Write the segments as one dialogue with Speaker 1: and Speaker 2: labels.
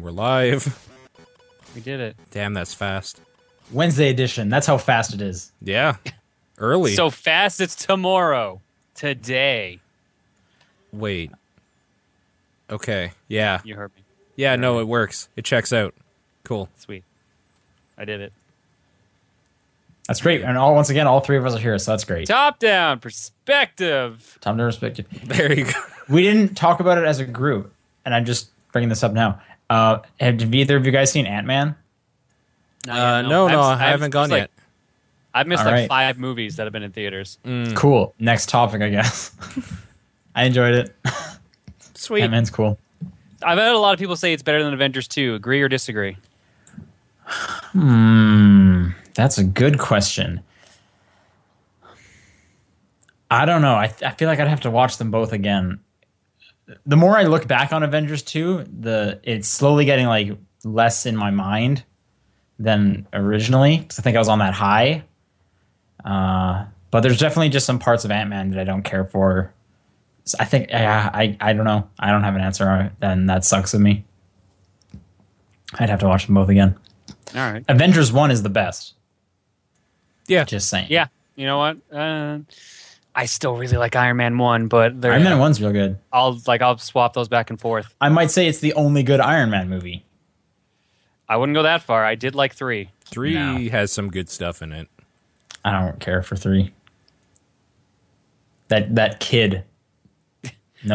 Speaker 1: we're live.
Speaker 2: We did it.
Speaker 1: Damn, that's fast.
Speaker 3: Wednesday edition. That's how fast it is.
Speaker 1: Yeah. Early.
Speaker 2: So fast it's tomorrow. Today.
Speaker 1: Wait. Okay. Yeah.
Speaker 2: You heard me.
Speaker 1: Yeah, no, it works. It checks out. Cool.
Speaker 2: Sweet. I did it.
Speaker 3: That's great. And all once again, all three of us are here, so that's great.
Speaker 2: Top down perspective.
Speaker 3: Tom to respect you.
Speaker 1: There you go.
Speaker 3: We didn't talk about it as a group, and I'm just bringing this up now. Uh, have, have either of you guys seen Ant Man?
Speaker 1: Uh, no, no, I haven't gone
Speaker 2: like,
Speaker 1: yet.
Speaker 2: I've missed
Speaker 3: All
Speaker 2: like
Speaker 3: right.
Speaker 2: five movies that have been in theaters.
Speaker 1: Mm.
Speaker 3: Cool. Next topic, I guess. I enjoyed it.
Speaker 1: Sweet.
Speaker 3: Ant Man's cool.
Speaker 2: I've had a lot of people say it's better than Avengers 2. Agree or disagree?
Speaker 3: That's a good question. I don't know. I, I feel like I'd have to watch them both again. The more I look back on Avengers 2, the it's slowly getting like less in my mind than originally 'cause I think I was on that high. Uh, but there's definitely just some parts of Ant Man that I don't care for. So I think yeah, I I don't know. I don't have an answer, and that sucks with me. I'd have to watch them both again.
Speaker 2: All right.
Speaker 3: Avengers One is the best.
Speaker 1: Yeah.
Speaker 3: Just saying.
Speaker 2: Yeah. You know what? Uh, I still really like Iron Man 1, but they're,
Speaker 3: Iron Man One's real good.
Speaker 2: I'll like I'll swap those back and forth.
Speaker 3: I might say it's the only good Iron Man movie.
Speaker 2: I wouldn't go that far. I did like 3.
Speaker 1: Three
Speaker 3: No.
Speaker 1: has some good stuff in it.
Speaker 3: I don't care for three. That that kid. No.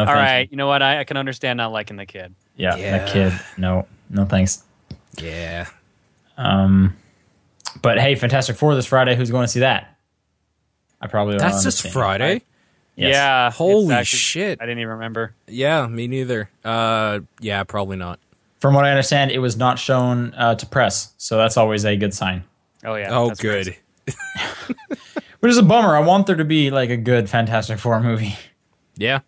Speaker 2: All
Speaker 3: thank
Speaker 2: right. You know what? I, I can understand not liking the kid.
Speaker 3: You. Yeah,
Speaker 1: Yeah.
Speaker 3: that kid. No, no thanks. Um,
Speaker 1: Yeah.
Speaker 3: But hey, Fantastic Four this Friday. Who's going to see that? I probably. will
Speaker 1: That's
Speaker 3: on
Speaker 1: this
Speaker 3: the same-
Speaker 1: Friday.
Speaker 3: Yes.
Speaker 2: Yeah. it's
Speaker 1: Holy shit.
Speaker 2: I didn't even remember.
Speaker 1: Yeah, me neither. Uh yeah, probably not.
Speaker 3: From what I understand, it was not shown uh, to press, so that's always a good sign.
Speaker 2: Oh yeah.
Speaker 1: oh
Speaker 2: that's
Speaker 1: good.
Speaker 2: crazy.
Speaker 3: Which is a bummer. I want there to be like a good Fantastic Four movie,
Speaker 1: Yeah.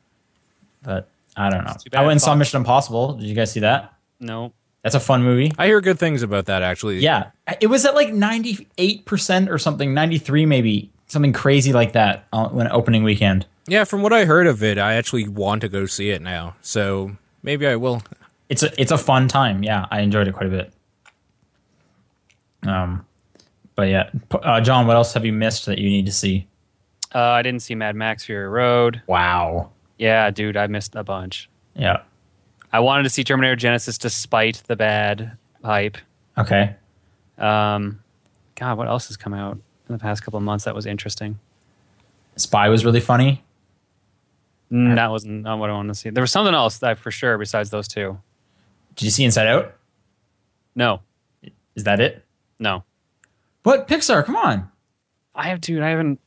Speaker 3: but I don't know.
Speaker 2: too bad
Speaker 3: I went and
Speaker 2: it's
Speaker 3: saw
Speaker 2: not-
Speaker 3: Mission Impossible. Did you guys see that?
Speaker 2: No.
Speaker 3: That's a fun movie.
Speaker 1: I hear good things about that actually.
Speaker 3: Yeah, it was at like ninety eight percent or something, ninety three maybe, something crazy like that on, when opening weekend.
Speaker 1: Yeah, from what I heard of it, I actually want to go see it now. So maybe I will.
Speaker 3: It's a it's a fun time. Yeah, I enjoyed it quite a bit. Um, but yeah, P- uh, John, what else have you missed that you need to see?
Speaker 2: Uh, I didn't see Mad Max Fury Road.
Speaker 3: Wow.
Speaker 2: Yeah, dude, I missed a bunch.
Speaker 3: Yeah.
Speaker 2: I wanted to see Terminator Genesis despite the bad hype.
Speaker 3: Okay.
Speaker 2: Um, God, what else has come out in the past couple of months that was interesting?
Speaker 3: Spy was really funny.
Speaker 2: Mm, That wasn't not what I wanted to see. There was something else that for sure besides those two.
Speaker 3: Did you see Inside Out?
Speaker 2: No,
Speaker 3: Is that it?
Speaker 2: no.
Speaker 3: What Pixar? Come on.
Speaker 2: I have, dude. I haven't.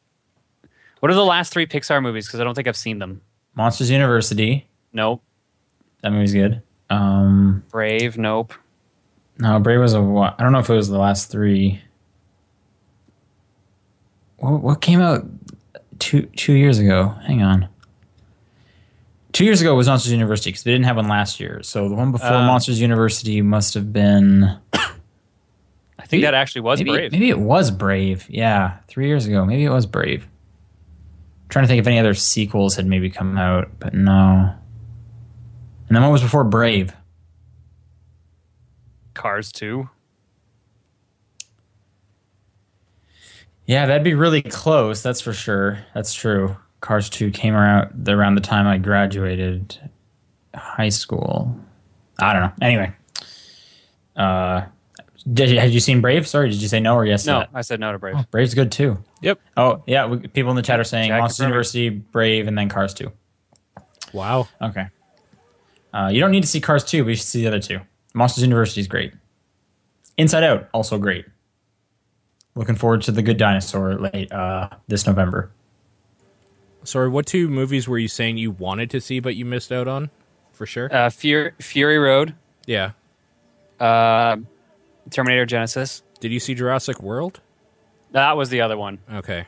Speaker 2: What are the last three Pixar movies? Because I don't think I've seen them.
Speaker 3: Monsters University.
Speaker 2: Nope.
Speaker 3: That movie's good. Um,
Speaker 2: Brave. Nope.
Speaker 3: No, Brave was a wa- I don't know if it was the last three. What, what came out two two years ago? Hang on. Two years ago was Monsters University because they didn't have one last year. So the one before
Speaker 2: Um,
Speaker 3: Monsters University must have been
Speaker 2: I think
Speaker 3: Maybe-
Speaker 2: that actually was
Speaker 3: maybe
Speaker 2: Brave.
Speaker 3: maybe it was Brave. Yeah, three years ago. Maybe it was Brave. trying to think if any other sequels had maybe come out, but no. And then what was before Brave?
Speaker 2: Cars Two.
Speaker 3: Yeah, that'd be really close. That's for sure. That's true. Cars 2 came around around the time I graduated high school. I don't know. Anyway, uh, did you, had you seen Brave? Sorry, did you say no or yes? to
Speaker 2: No,
Speaker 3: that?
Speaker 2: I said no to Brave.
Speaker 3: Brave's good too.
Speaker 1: Yep.
Speaker 3: Oh yeah, we, people in the chat are saying
Speaker 2: Jack
Speaker 3: Monsters
Speaker 2: confirming.
Speaker 3: University, Brave, and then Cars 2.
Speaker 1: Wow.
Speaker 3: Okay. Uh, you don't need to see Cars 2, but you should see the other two. Monsters University is great. Inside Out, also great. Looking forward to The Good Dinosaur late uh, this November.
Speaker 1: Sorry, what two movies were you saying you wanted to see but you missed out on? For sure.
Speaker 2: Uh, Fury, Fury Road.
Speaker 1: yeah.
Speaker 2: Uh, Terminator Genesis.
Speaker 1: Did you see Jurassic World?
Speaker 2: That was the other one.
Speaker 1: Okay.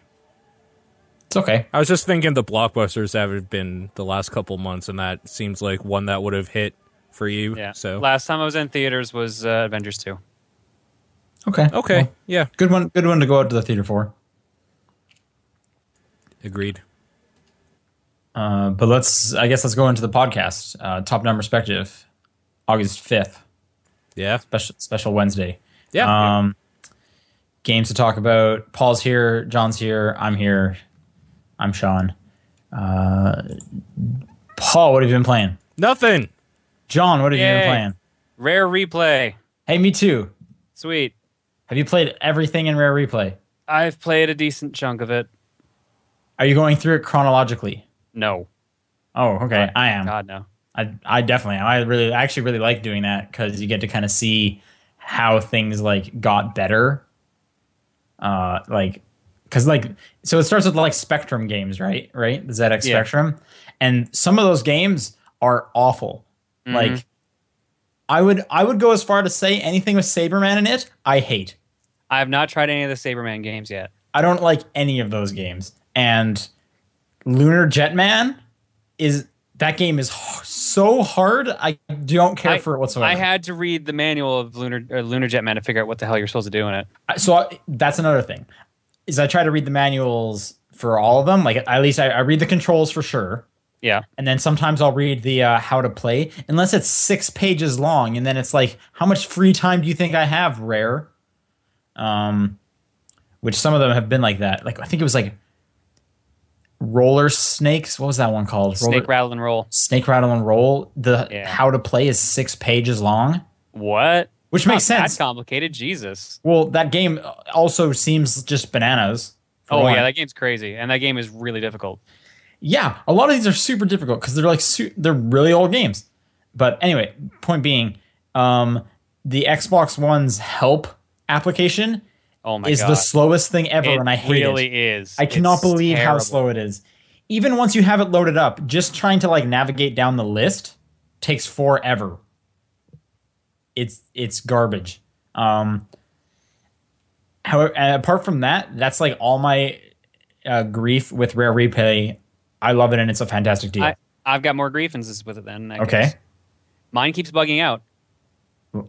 Speaker 3: It's okay.
Speaker 1: I was just thinking the blockbusters that have been the last couple months, and that seems like one that would have hit for you.
Speaker 2: Yeah.
Speaker 1: So
Speaker 2: last time I was in theaters was uh, Avengers Two.
Speaker 3: Okay.
Speaker 1: okay,
Speaker 3: Well,
Speaker 1: yeah,
Speaker 3: good one. Good one to go out to the theater for.
Speaker 1: agreed.
Speaker 3: Uh, but let's. I guess let's go into the podcast. Uh, Top down perspective. August fifth.
Speaker 1: Yeah.
Speaker 3: special special Wednesday.
Speaker 2: Uh,
Speaker 1: Yeah.
Speaker 3: Um, games to talk about. Paul's here. John's here. I'm here. I'm Sean. Uh, Paul, what have you been playing?
Speaker 1: Nothing.
Speaker 3: John, what have you
Speaker 2: Yay.
Speaker 3: been playing?
Speaker 2: Rare replay.
Speaker 3: Hey, me too.
Speaker 2: Sweet.
Speaker 3: Have you played everything in Rare Replay?
Speaker 2: I've played a decent chunk of it.
Speaker 3: Are you going through it chronologically?
Speaker 2: No.
Speaker 3: Oh, okay. I am.
Speaker 2: God, no.
Speaker 3: I, I definitely am. I really, I actually really like doing that because you get to kind of see how things like got better. Uh, like, because like, so it starts with like Spectrum games, right? Right, the ZX
Speaker 2: Yeah.
Speaker 3: Spectrum, and some of those games are awful. Like, I would, I would go as far to say anything with Saberman in it, I hate.
Speaker 2: I have not tried any of the Saberman games yet.
Speaker 3: I don't like any of those games. And Lunar Jetman is that game is h- so hard. I don't care
Speaker 2: I-
Speaker 3: for it whatsoever.
Speaker 2: I had to read the manual of Lunar or Lunar Jetman to figure out what the hell you're supposed to do in it.
Speaker 3: so I, that's another thing is I try to read the manuals for all of them. Like at least I, I read the controls for sure.
Speaker 2: Yeah.
Speaker 3: And then sometimes I'll read the uh, how to play, unless it's six pages long, and then it's like, how much free time do you think I have? Rare, um, which some of them have been like that. Like I think it was like roller snakes. What was that one called? Roller-
Speaker 2: Snake rattle and roll.
Speaker 3: snake rattle and roll. The
Speaker 2: Yeah.
Speaker 3: how to play is six pages long,
Speaker 2: What?
Speaker 3: which makes
Speaker 2: Not
Speaker 3: sense.
Speaker 2: That complicated. Jesus.
Speaker 3: Well, that game also seems just bananas. for
Speaker 2: Oh
Speaker 3: one.
Speaker 2: yeah, that game's crazy, and that game is really difficult.
Speaker 3: yeah. A lot of these are super difficult because they're like su- they're really old games. But anyway, point being, um, the Xbox One's help application
Speaker 2: Oh my
Speaker 3: is
Speaker 2: god.
Speaker 3: the slowest thing ever,
Speaker 2: it
Speaker 3: and I hate
Speaker 2: really
Speaker 3: it.
Speaker 2: is.
Speaker 3: I cannot
Speaker 2: It's
Speaker 3: believe how
Speaker 2: terrible.
Speaker 3: slow it is. Even once you have it loaded up, just trying to like navigate down the list takes forever. It's it's garbage. Um, however, and apart from that, that's like all my uh, grief with Rare Replay. I love it and it's a fantastic deal.
Speaker 2: I, I've got more grievances with it then. in that
Speaker 3: okay,
Speaker 2: case. Mine keeps bugging out.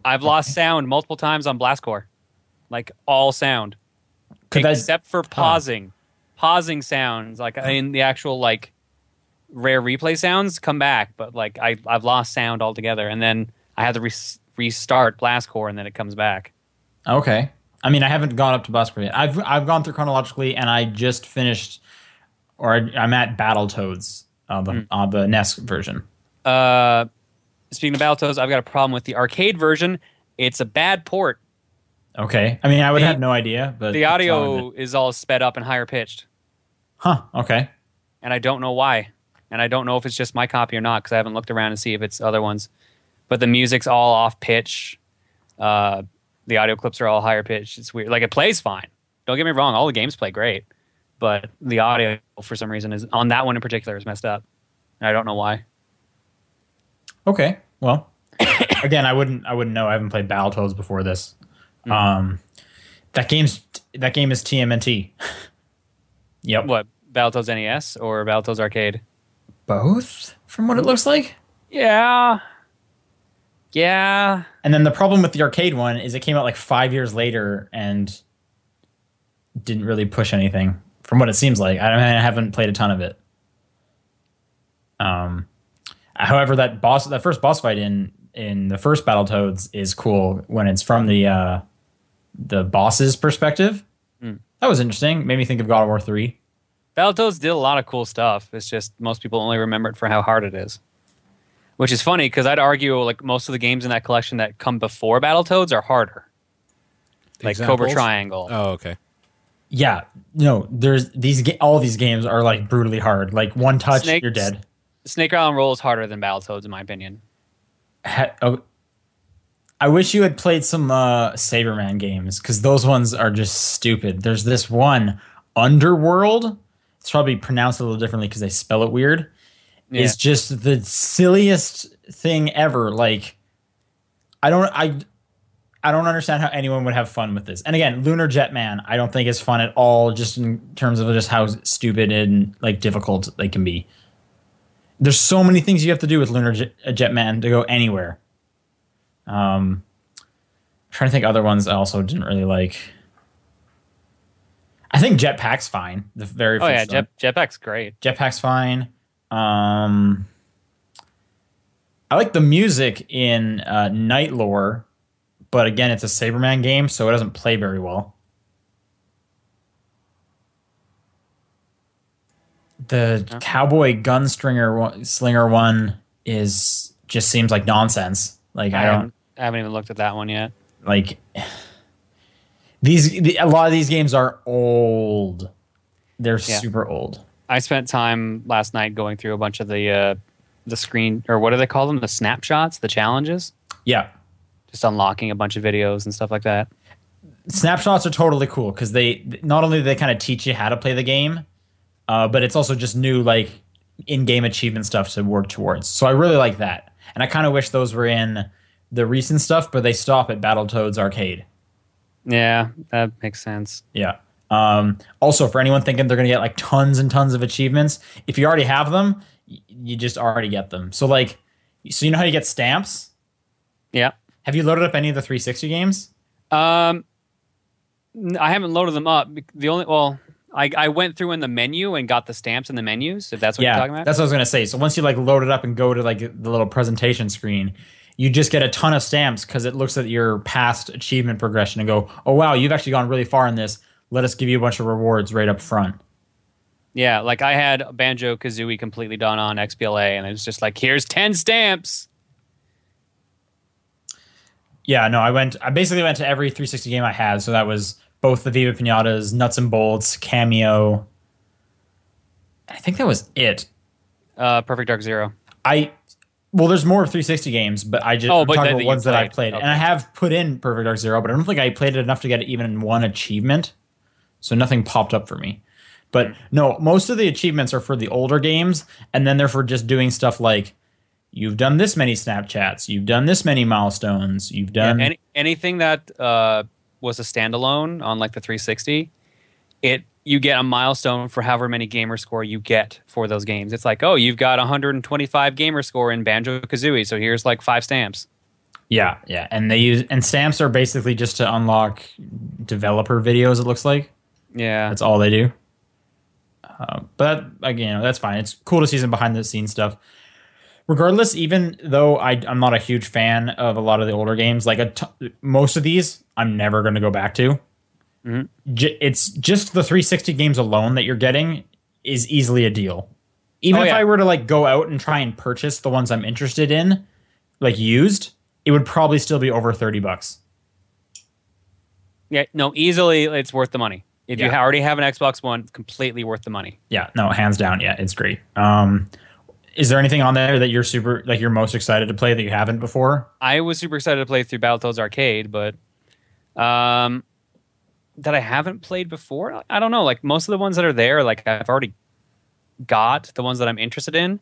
Speaker 2: I've lost sound multiple times on Blastcore, like all sound
Speaker 3: could that-
Speaker 2: except for pausing. Pausing sounds like I mean the actual like rare replay sounds come back, but like I I've lost sound altogether, and then I have to re- restart Blastcore, and then it comes back.
Speaker 3: Okay. I mean, I haven't gone up to Busker yet. I've I've gone through chronologically, and I just finished, or I, I'm at Battletoads
Speaker 2: Hmm.
Speaker 3: on the on the NES version.
Speaker 2: Uh, speaking of Battletoads, I've got a problem with the arcade version. It's a bad port.
Speaker 3: Okay. I mean, I would
Speaker 2: The-
Speaker 3: have no idea, but
Speaker 2: The
Speaker 3: it's
Speaker 2: audio
Speaker 3: on it.
Speaker 2: is all sped up and higher pitched,
Speaker 3: Huh. Okay.
Speaker 2: and I don't know why. And I don't know if it's just my copy or not because I haven't looked around to see if it's other ones. But the music's all off pitch. Uh, the audio clips are all higher pitched. It's weird. Like it plays fine. Don't get me wrong. All the games play great, but the audio for some reason is on that one in particular is messed up. And I don't know why.
Speaker 3: Okay. Well, again, I wouldn't I wouldn't know. I haven't played Battletoads before this.
Speaker 2: Hmm.
Speaker 3: Um, that game's that game is TMNT. yep.
Speaker 2: What Battletoads NES or Battletoads Arcade?
Speaker 3: Both, from what it looks like.
Speaker 2: Yeah. Yeah.
Speaker 3: And then the problem with the arcade one is it came out like five years later and didn't really push anything, from what it seems like. I, don't- I haven't played a ton of it. Um, however, that boss, that first boss fight in in the first Battletoads is cool when it's from the uh, the boss's perspective. That was interesting. Made me think of God of War three.
Speaker 2: Battletoads did a lot of cool stuff. It's just most people only remember it for how hard it is. Which is funny because I'd argue like most of the games in that collection that come before Battletoads are harder. Like Cobra
Speaker 1: Examples?
Speaker 2: Triangle.
Speaker 1: Oh, okay.
Speaker 3: Yeah, no, there's these ga- all these games are like brutally hard. Like one touch,
Speaker 2: Snakes-
Speaker 3: you're dead.
Speaker 2: Snake Island Roll is harder than Battletoads in my opinion.
Speaker 3: ha- oh, I wish you had played some uh, Saberman games because those ones are just stupid. There's this one, Underworld. It's probably pronounced a little differently because they spell it weird.
Speaker 2: Yeah.
Speaker 3: It's just the silliest thing ever. Like, I don't, I, I don't understand how anyone would have fun with this. And again, Lunar Jetman, I don't think is fun at all. Just in terms of just how stupid and like difficult they can be. There's so many things you have to do with Lunar Jet, Jetman to go anywhere. Um, I'm trying to think other ones I also didn't really like. I think Jetpack's fine. The very
Speaker 2: oh yeah,
Speaker 3: first one.
Speaker 2: Jet, Jetpack's great.
Speaker 3: Jetpack's fine. Um, I like the music in uh, Night Lore but again, it's a Saberman game, so it doesn't play very well. The
Speaker 2: Yeah.
Speaker 3: cowboy gunstringer one, slinger one is just seems like nonsense. Like I don't
Speaker 2: haven't, I haven't even looked at that one yet.
Speaker 3: like these. The, a lot of these games are old. They're
Speaker 2: Yeah.
Speaker 3: super old.
Speaker 2: I spent time last night going through a bunch of the uh, the screen or what do they call them? The snapshots, the challenges,
Speaker 3: Yeah,
Speaker 2: just unlocking a bunch of videos and stuff like that.
Speaker 3: snapshots are totally cool because they not only they kind of teach you how to play the game, uh, but it's also just new like in-game achievement stuff to work towards. So I really like that, and I kind of wish those were in the recent stuff, but they stop at Battletoads Arcade.
Speaker 2: Yeah, that makes sense.
Speaker 3: Yeah. Um, also, for anyone thinking they're going to get like tons and tons of achievements, if you already have them, y- you just already get them. So like, so you know how you get stamps?
Speaker 2: Yeah.
Speaker 3: Have you loaded up any of the 360 games?
Speaker 2: Um, n- I haven't loaded them up. bec- The only well, I, I went through in the menu and got the stamps in the menus. If that's what
Speaker 3: yeah,
Speaker 2: you're talking about.
Speaker 3: that's what I was gonna say. So once you like load it up and go to like the little presentation screen, you just get a ton of stamps because it looks at your past achievement progression and go, oh wow, you've actually gone really far in this. Let us give you a bunch of rewards right up front.
Speaker 2: yeah, like I had Banjo Kazooie completely done on XBLA, and it was just like, here's ten stamps.
Speaker 3: Yeah, no, I went. I basically went to every 360 game I had. So that was both the Viva Pinatas, Nuts and Bolts, Cameo. I think that was it.
Speaker 2: Uh, Perfect Dark Zero.
Speaker 3: I well, there's more 360 games, but I just
Speaker 2: Oh,
Speaker 3: I'm
Speaker 2: but
Speaker 3: talking
Speaker 2: that
Speaker 3: about
Speaker 2: you
Speaker 3: ones that I
Speaker 2: played.
Speaker 3: played, and
Speaker 2: Okay.
Speaker 3: I have put in Perfect Dark Zero, but I don't think I played it enough to get even one achievement, so nothing popped up for me.
Speaker 2: Hmm.
Speaker 3: But no, most of the achievements are for the older games, and then they're for just doing stuff like you've done this many Snapchats, you've done this many milestones, you've
Speaker 2: Yeah,
Speaker 3: done
Speaker 2: any, anything that uh, was a standalone on like the 360, it you get a milestone for however many gamer score you get for those games. It's like, oh, you've got 125 gamer score in Banjo Kazooie, so here's like five stamps.
Speaker 3: yeah, yeah, and they use and stamps are basically just to unlock developer videos. It looks like.
Speaker 2: Yeah,
Speaker 3: That's all they do. Uh, but again, you know, that's fine. It's cool to see some behind the scenes stuff. Regardless, even though I, I'm not a huge fan of a lot of the older games, like a t- most of these, I'm never going to go back to.
Speaker 2: Mhm.
Speaker 3: J- it's just the 360 games alone that you're getting is easily a deal. Even
Speaker 2: Oh,
Speaker 3: if
Speaker 2: yeah.
Speaker 3: I were to like go out and try and purchase the ones I'm interested in, like used, it would probably still be over 30 bucks.
Speaker 2: yeah, no, easily it's worth the money. If you
Speaker 3: Yeah.
Speaker 2: already have an Xbox One, completely worth the money.
Speaker 3: yeah no hands down yeah it's great um is there anything on there that you're super like you're most excited to play that you haven't before
Speaker 2: I was super excited to play through Battletoads Arcade, but um, that I haven't played before. I don't know. Like most of the ones that are there, like I've already got the ones that I'm interested in,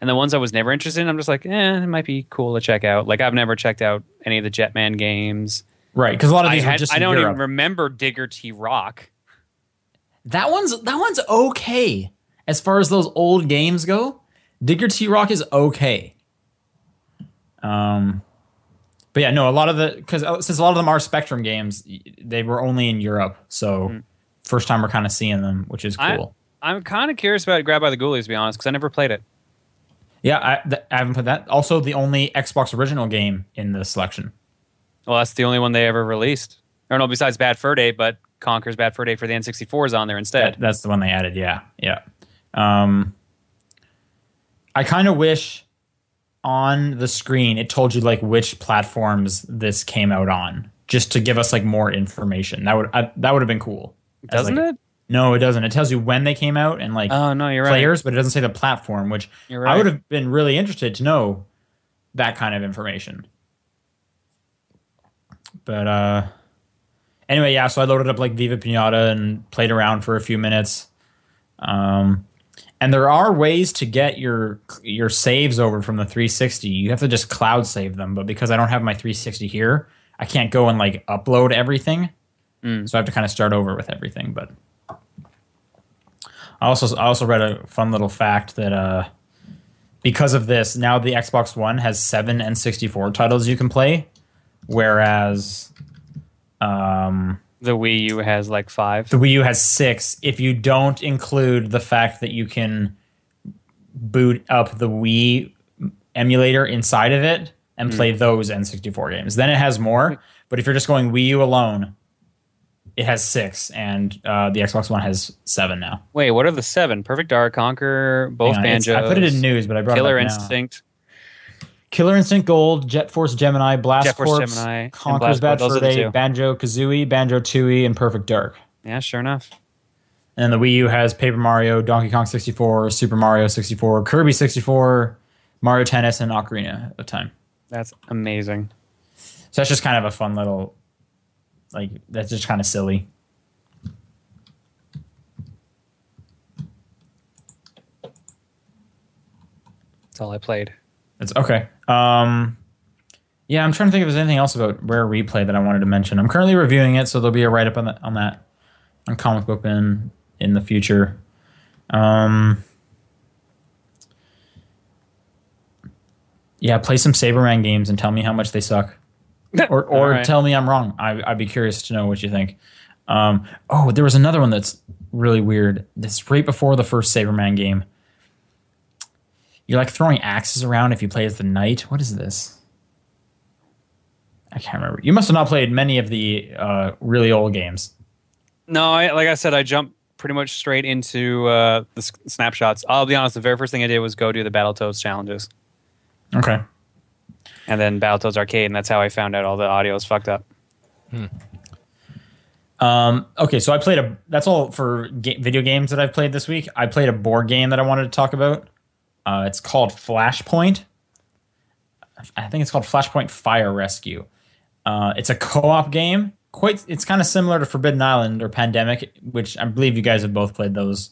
Speaker 2: and the ones I was never interested in, I'm just like, eh, it might be cool to check out. Like I've never checked out any of the Jetman games.
Speaker 3: right because a lot of
Speaker 2: I,
Speaker 3: these are
Speaker 2: had-
Speaker 3: just
Speaker 2: I
Speaker 3: in
Speaker 2: don't
Speaker 3: Europe.
Speaker 2: even remember Digger T Rock.
Speaker 3: that one's that one's okay as far as those old games go digger t-rock is okay um but yeah no a lot of the because since a lot of them are spectrum games y- they were only in europe so first time we're kind of seeing them which is
Speaker 2: I-
Speaker 3: cool
Speaker 2: I'm kind of curious about Grab by the Ghoulies, to be honest, because I never played it.
Speaker 3: yeah I, th- I haven't put that also the only xbox original game in the selection
Speaker 2: Well, that's the only one they ever released. Or no, besides Bad Fur Day, but Conker's Bad Fur Day for the N64 is on there instead.
Speaker 3: That- that's the one they added. Yeah, yeah. Um, I kind of wish on the screen it told you like which platforms this came out on, just to give us like more information. That would I, that would have been cool. As,
Speaker 2: Doesn't
Speaker 3: like-
Speaker 2: it?
Speaker 3: No, it doesn't. It tells you when they came out and like
Speaker 2: Oh no, you're right.
Speaker 3: players, but it doesn't say the platform. Which
Speaker 2: You're
Speaker 3: I
Speaker 2: right.
Speaker 3: would have been really interested to know that kind of information. But uh anyway, yeah, so I loaded up like Viva Pinata and played around for a few minutes. Um and there are ways to get your your saves over from the 360. You have to just cloud save them, but because I don't have my 360 here, I can't go and like upload everything.
Speaker 2: Mm.
Speaker 3: So I have to kind of start over with everything, but I also I also read a fun little fact that uh because of this, now the Xbox One has seven N64 titles you can play, whereas um,
Speaker 2: The Wii U has like five.
Speaker 3: the Wii U has six. If you don't include the fact that you can boot up the Wii emulator inside of it and
Speaker 2: Hmm.
Speaker 3: play those N64 games. Then it has more, but if you're just going Wii U alone, it has six, and uh, the Xbox One has seven now.
Speaker 2: Wait, what are the seven? Perfect Dark, Conquer, both
Speaker 3: Hang on, it's-
Speaker 2: Banjos.
Speaker 3: I put it in news, but I brought
Speaker 2: Killer
Speaker 3: it up now.
Speaker 2: Instinct.
Speaker 3: Killer Instinct Gold, Jet Force Gemini, Blast
Speaker 2: Jet Force
Speaker 3: Corps,
Speaker 2: Gemini, and Blast Corps,
Speaker 3: Conquer's Bad
Speaker 2: those
Speaker 3: Fur
Speaker 2: are the
Speaker 3: Day,
Speaker 2: two.
Speaker 3: Banjo Kazooie, Banjo Tooie, and Perfect Dark.
Speaker 2: Yeah, sure enough.
Speaker 3: And the Wii U has Paper Mario, Donkey Kong 64, Super Mario 64, Kirby 64, Mario Tennis, and Ocarina of Time.
Speaker 2: That's amazing.
Speaker 3: So that's just kind of a fun little, like, that's just kind of silly.
Speaker 2: That's all I played.
Speaker 3: It's okay. Um, yeah, I'm trying to think if there's anything else about Rare Replay that I wanted to mention. I'm currently reviewing it, so there'll be a write up on, that on that on Comic Book Bin in the future. Um, yeah, play some Saberman games and tell me how much they suck, or
Speaker 2: All
Speaker 3: or
Speaker 2: right.
Speaker 3: tell me I'm wrong. I, I'd be curious to know what you think. Um, oh, there was another one that's really weird. That's right before the first Saberman game. You're like throwing axes around if you play as the knight. What is this? I can't remember. You must have not played many of the uh, really old games.
Speaker 2: No, I, like I said, I jumped pretty much straight into uh, the s- snapshots. I'll be honest, the very first thing I did was go do the Battletoads challenges
Speaker 3: Okay.
Speaker 2: and then Battletoads Arcade, and that's how I found out all the audio is fucked up.
Speaker 3: Um, okay, so I played a. That's all for ga- video games that I've played this week. I played a board game that I wanted to talk about. Uh, it's called Flashpoint. I think it's called Flashpoint Fire Rescue. Uh, it's a co-op game. Quite, it's kind of similar to Forbidden Island or Pandemic, which I believe you guys have both played those.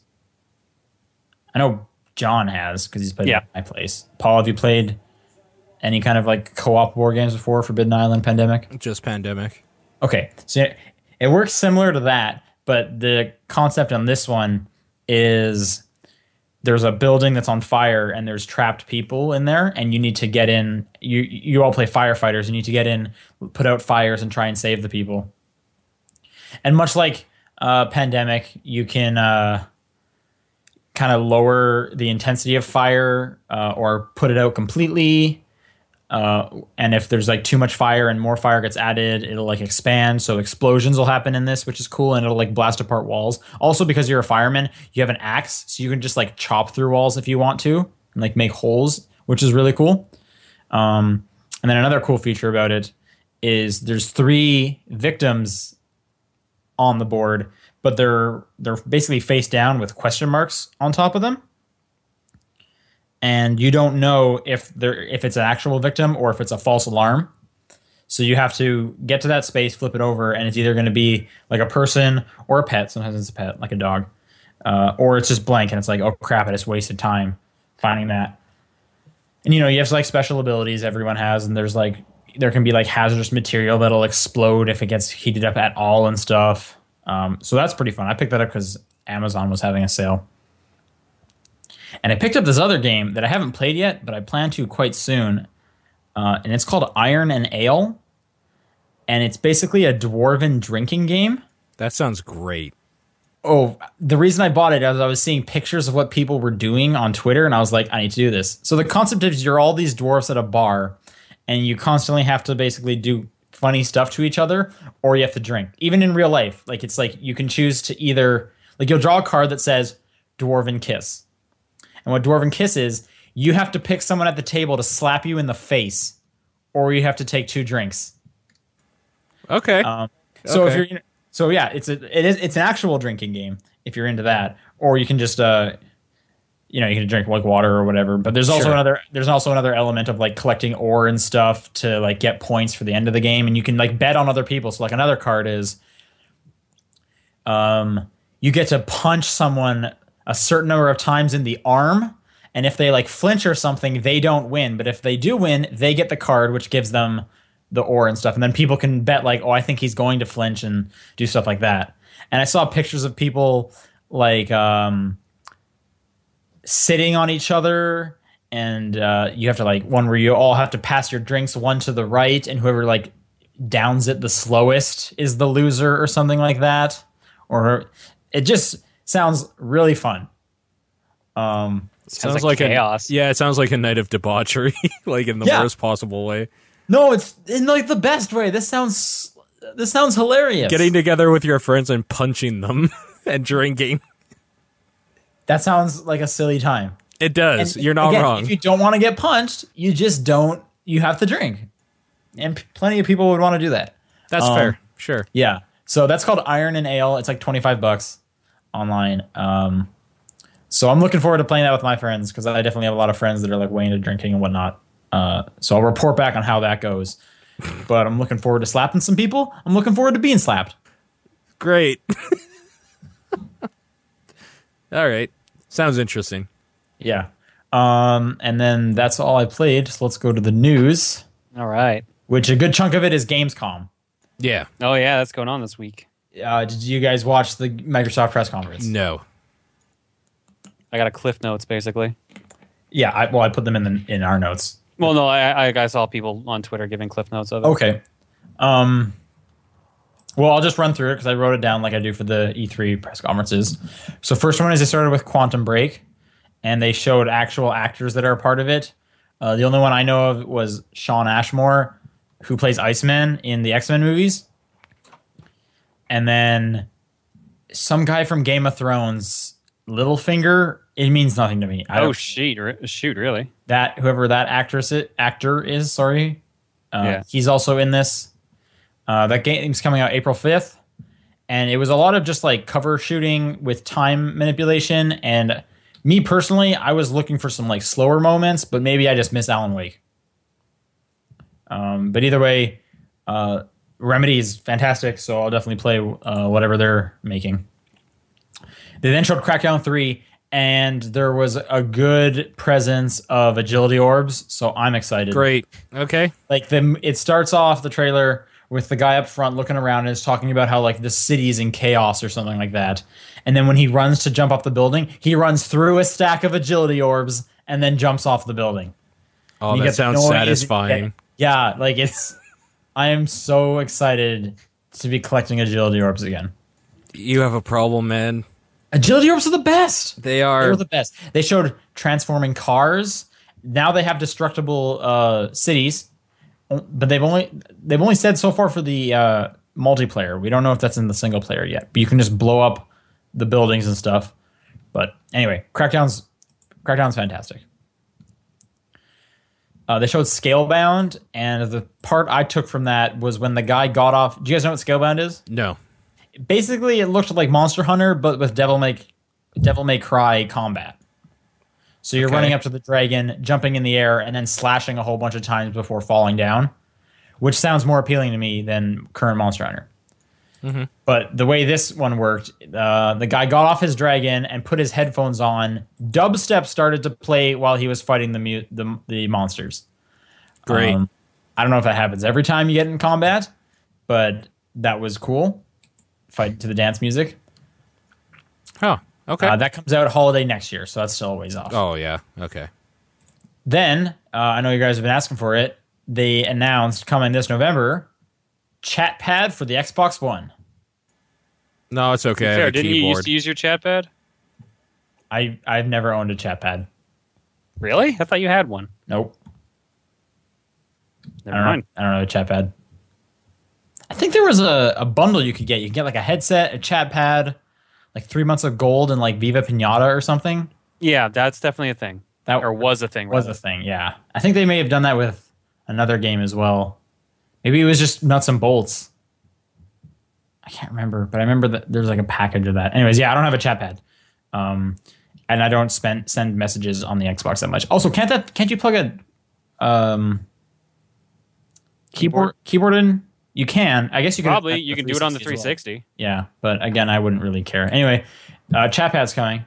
Speaker 3: I know John has because he's played
Speaker 2: Yeah.
Speaker 3: it at my place. Paul, have you played any kind of like co-op war games before? Forbidden Island, Pandemic.
Speaker 1: Just pandemic.
Speaker 3: Okay, so it works similar to that, but the concept on this one is there's a building that's on fire and there's trapped people in there, and you need to get in. You you all play firefighters. You need to get in, put out fires, and try and save the people. And much like uh, pandemic, you can. Uh, kind of lower the intensity of fire uh, or put it out completely uh, and if there's like too much fire and more fire gets added, it'll like expand. So explosions will happen in this, which is cool, and it'll like blast apart walls. Also, because you're a fireman, you have an axe, so you can just like chop through walls if you want to, and like make holes, which is really cool. Um, and then another cool feature about it is there's three victims on the board, but they're they're basically face down with question marks on top of them and you don't know if there if it's an actual victim or if it's a false alarm. So you have to get to that space, flip it over, and it's either going to be like a person or a pet. Sometimes it's a pet, like a dog, uh, or it's just blank, and it's like, oh crap, I just wasted time finding that. And you know, you have like special abilities everyone has, and there's like there can be like hazardous material that'll explode if it gets heated up at all and stuff. Um, so that's pretty fun. I picked that up because Amazon was having a sale. And I picked up this other game that I haven't played yet, but I plan to quite soon. Uh, and it's called Iron and Ale. And it's basically a dwarven drinking game.
Speaker 1: That sounds great.
Speaker 3: Oh, the reason I bought it is I was seeing pictures of what people were doing on Twitter, and I was like, I need to do this. So the concept is you're all these dwarfs at a bar, and you constantly have to basically do funny stuff to each other, or you have to drink. Even in real life, like it's like you can choose to either like you'll draw a card that says dwarven kiss, and what dwarven kiss is, you have to pick someone at the table to slap you in the face, or you have to take two drinks.
Speaker 2: Uh,
Speaker 1: Okay.
Speaker 3: Um, so
Speaker 1: Okay.
Speaker 3: if you're so yeah, it's a it is it's an actual drinking game if you're into that, or you can just uh, you know, you can drink like water or whatever. But there's also
Speaker 1: Sure.
Speaker 3: another there's also another element of like collecting ore and stuff to like get points for the end of the game, and you can like bet on other people. So like another card is, um, you get to punch someone a certain number of times in the arm. And if they like flinch or something, they don't win. But if they do win, they get the card, which gives them the ore and stuff. And then people can bet like, oh, I think he's going to flinch and do stuff like that. And I saw pictures of people like um, sitting on each other, and uh, you have to like one where you all have to pass your drinks one to the right, and whoever like downs it the slowest is the loser or something like that. Or it just sounds really fun. Um,
Speaker 2: Sounds, like, chaos.
Speaker 1: A, yeah, it sounds like a night of debauchery, like in the
Speaker 3: Yeah.
Speaker 1: worst possible way.
Speaker 3: No, it's in like the best way. This sounds this sounds hilarious.
Speaker 1: Getting together with your friends and punching them and drinking.
Speaker 3: that sounds like a silly time.
Speaker 1: It does.
Speaker 3: And
Speaker 1: You're not
Speaker 3: again,
Speaker 1: wrong.
Speaker 3: If you don't want to get punched, you just don't. You have to drink, and p- plenty of people would want to do that.
Speaker 1: That's
Speaker 3: um,
Speaker 1: fair. Sure.
Speaker 3: Yeah. So that's called Iron and Ale. It's like 25 bucks online. Um, so I'm looking forward to playing that with my friends because I definitely have a lot of friends that are like way into drinking and whatnot. Uh, so I'll report back on how that goes. But I'm looking forward to slapping some people. I'm looking forward to being slapped.
Speaker 1: Great. All right. Sounds interesting.
Speaker 3: Yeah. Um, and then that's all I played. So let's go to the news,
Speaker 2: All right.
Speaker 3: which a good chunk of it is Gamescom.
Speaker 1: Yeah.
Speaker 2: Oh yeah, that's going on this week.
Speaker 3: Uh, did you guys watch the Microsoft press conference?
Speaker 1: No.
Speaker 2: I got a cliff notes basically.
Speaker 3: Yeah. I, well, I put them in the, in our notes.
Speaker 2: Well, no, I, I I saw people on Twitter giving cliff notes of it.
Speaker 3: Okay. Um, well, I'll just run through it because I wrote it down like I do for the E3 press conferences. So, first one is they started with Quantum Break, and they showed actual actors that are a part of it. Uh, the only one I know of was Sean Ashmore, who plays Iceman in the X Men movies, and then some guy from Game of Thrones, Littlefinger. It means nothing to me. I
Speaker 2: Oh
Speaker 3: don't-
Speaker 2: shoot! Re- shoot, really?
Speaker 3: that whoever that actress i- actor is, sorry, uh,
Speaker 2: Yeah.
Speaker 3: he's also in this. Uh, that game's coming out April fifth, and it was a lot of just like cover shooting with time manipulation. And me personally, I was looking for some like slower moments, but maybe I just missed Alan Wake. Um, but either way, uh, Remedy is fantastic, so I'll definitely play uh, whatever they're making. They then showed Crackdown 3, and there was a good presence of agility orbs, so I'm excited.
Speaker 1: Great. Okay.
Speaker 3: Like the it starts off the trailer with the guy up front looking around and is talking about how like the city's in chaos or something like that. And then when he runs to jump off the building, he runs through a stack of agility orbs and then jumps off the building.
Speaker 1: Oh,
Speaker 3: You
Speaker 1: that
Speaker 3: get the
Speaker 1: sounds
Speaker 3: noise,
Speaker 1: satisfying.
Speaker 3: Yeah, like it's I am so excited to be collecting agility orbs again.
Speaker 1: You have a problem, man.
Speaker 3: Agility orbs are the best.
Speaker 1: They
Speaker 3: They
Speaker 1: are.
Speaker 3: were the best. They showed transforming cars. Now they have destructible uh, cities, but they've only they've only said so far for the uh, multiplayer. We don't know if that's in the single player yet. But you can just blow up the buildings and stuff. But anyway, Crackdown's Crackdown's fantastic. Uh, they showed Scalebound, and the part I took from that was when the guy got off. Do you guys know what Scalebound is?
Speaker 1: no.
Speaker 3: basically it looked like Monster Hunter, but with Devil May Devil May Cry combat. So you're
Speaker 1: Okay.
Speaker 3: running up to the dragon, jumping in the air, and then slashing a whole bunch of times before falling down, which sounds more appealing to me than current Monster Hunter.
Speaker 1: Mm-hmm.
Speaker 3: But the way this one worked, uh, the guy got off his dragon and put his headphones on. Dubstep started to play while he was fighting the mu- the, the monsters.
Speaker 1: Great.
Speaker 3: Um, I don't know if that happens every time you get in combat, but that was cool. Fight to the dance music.
Speaker 1: huh. Okay.
Speaker 3: Uh, that comes out holiday next year, so that's still a ways off.
Speaker 1: oh, yeah. Okay.
Speaker 3: Then uh, I know you guys have been asking for it. They announced coming this November, chat pad for the Xbox One.
Speaker 1: No, it's okay. I have
Speaker 2: Sarah,
Speaker 1: a
Speaker 2: didn't you used
Speaker 1: keyboard.
Speaker 2: to use your chat pad?
Speaker 3: I I've never owned a chat pad.
Speaker 2: Really? I thought you had one.
Speaker 3: Nope. I
Speaker 2: Never
Speaker 3: don't
Speaker 2: mind.
Speaker 3: know. I don't know a chat pad. I think there was a, a bundle you could get. You could get like a headset, a chat pad, like three months of gold, and like Viva Pinata or something.
Speaker 2: Yeah, that's definitely a thing.
Speaker 3: That
Speaker 2: Or was a thing.
Speaker 3: was
Speaker 2: rather.
Speaker 3: a thing. Yeah, I think they may have done that with another game as well. Maybe it was just nuts and bolts. I can't remember, but I remember that there's like a package of that. Anyways, yeah, I don't have a chat pad, um, and I don't spend send messages on the Xbox that much. Also, can't that can't you plug a um, keyboard keyboard in? You can. I guess you can.
Speaker 2: Probably you can do it on the
Speaker 3: as well.
Speaker 2: 360.
Speaker 3: Yeah, but again, I wouldn't really care. Anyway, uh, chat pad's coming.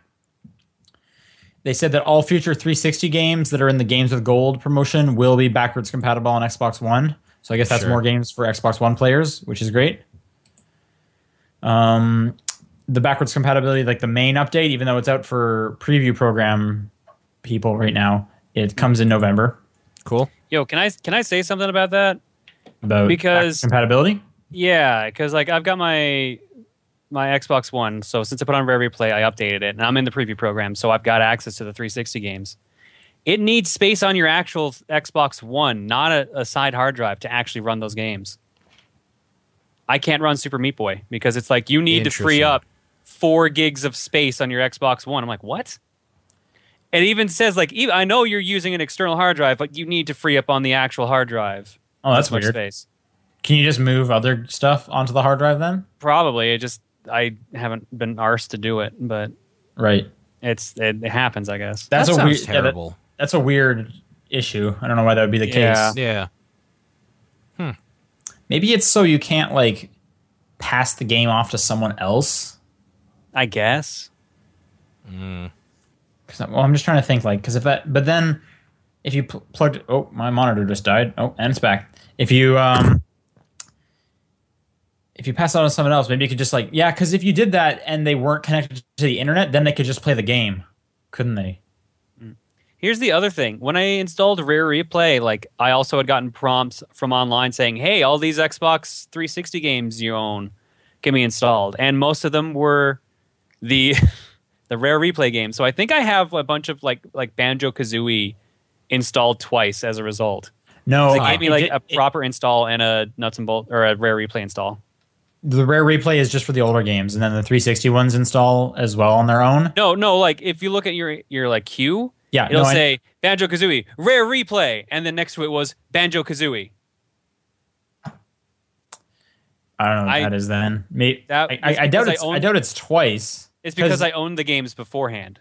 Speaker 3: They said that all future 360 games that are in the Games with Gold promotion will be backwards compatible on Xbox One. So I guess that's
Speaker 1: Sure.
Speaker 3: more games for Xbox One players, which is great. Um, the backwards compatibility, like the main update, even though it's out for preview program people right now, it comes in November.
Speaker 1: Cool.
Speaker 2: Yo, can I can I say something about that?
Speaker 3: About
Speaker 2: Because-
Speaker 3: backwards compatibility,
Speaker 2: Yeah, because like I've got my my Xbox One, so since I put on Rare Replay, I updated it, and I'm in the preview program, so I've got access to the 360 games. it needs space on your actual Xbox One, not a, a side hard drive, to actually run those games. I can't run Super Meat Boy because it's like you need to free
Speaker 1: Interesting.
Speaker 2: up four gigs of space on your Xbox One. I'm like, what? It even says like, even, I know you're using an external hard drive, but you need to free up on the actual hard drive.
Speaker 3: Oh, that's
Speaker 2: this much
Speaker 3: weird.
Speaker 2: Space.
Speaker 3: Can you just move other stuff onto the hard drive then?
Speaker 2: Probably. It just I haven't been arsed to do it, but
Speaker 3: Right.
Speaker 2: it's it, it happens, I guess.
Speaker 3: That's
Speaker 1: that
Speaker 3: a
Speaker 1: sounds
Speaker 3: weird. yeah, that-
Speaker 1: terrible.
Speaker 3: that's a weird issue. I don't know why that would be the
Speaker 2: Yeah.
Speaker 3: case.
Speaker 1: yeah.
Speaker 3: Maybe it's so you can't like pass the game off to someone else.
Speaker 2: I guess.
Speaker 3: 'Cause I- well, I'm just trying to think like because if that, but then if you pl- plugged, oh, my monitor just died. Oh, and it's back. If you um, if you pass it on to someone else, maybe you could just like yeah, because if you did that and they weren't connected to the internet, then they could just play the game, couldn't they?
Speaker 2: Here's the other thing. When I installed Rare Replay, like I also had gotten prompts from online saying, "Hey, all these Xbox 360 games you own can be installed," and most of them were the the Rare Replay games. So I think I have a bunch of like like Banjo Kazooie installed twice as a result.
Speaker 3: No,
Speaker 2: They
Speaker 3: I-
Speaker 2: gave me
Speaker 3: Oh, it
Speaker 2: like
Speaker 3: did-
Speaker 2: a
Speaker 3: it-
Speaker 2: proper install and a nuts and bolt or a Rare Replay install.
Speaker 3: the rare replay is just for the older games, and then the 360 ones install as well on their own.
Speaker 2: No, no. Like if you look at your your like queue,
Speaker 3: Yeah,
Speaker 2: it'll
Speaker 3: Uh, no, I-
Speaker 2: say Banjo Kazooie Rare Replay, and then next to it was Banjo Kazooie.
Speaker 3: I don't know what
Speaker 2: I-
Speaker 3: that is then. May-
Speaker 2: That-
Speaker 3: I, I,
Speaker 2: it's
Speaker 3: I doubt
Speaker 2: because I
Speaker 3: it's, I,
Speaker 2: own-
Speaker 3: doubt it's twice.
Speaker 2: It's because I owned the games beforehand.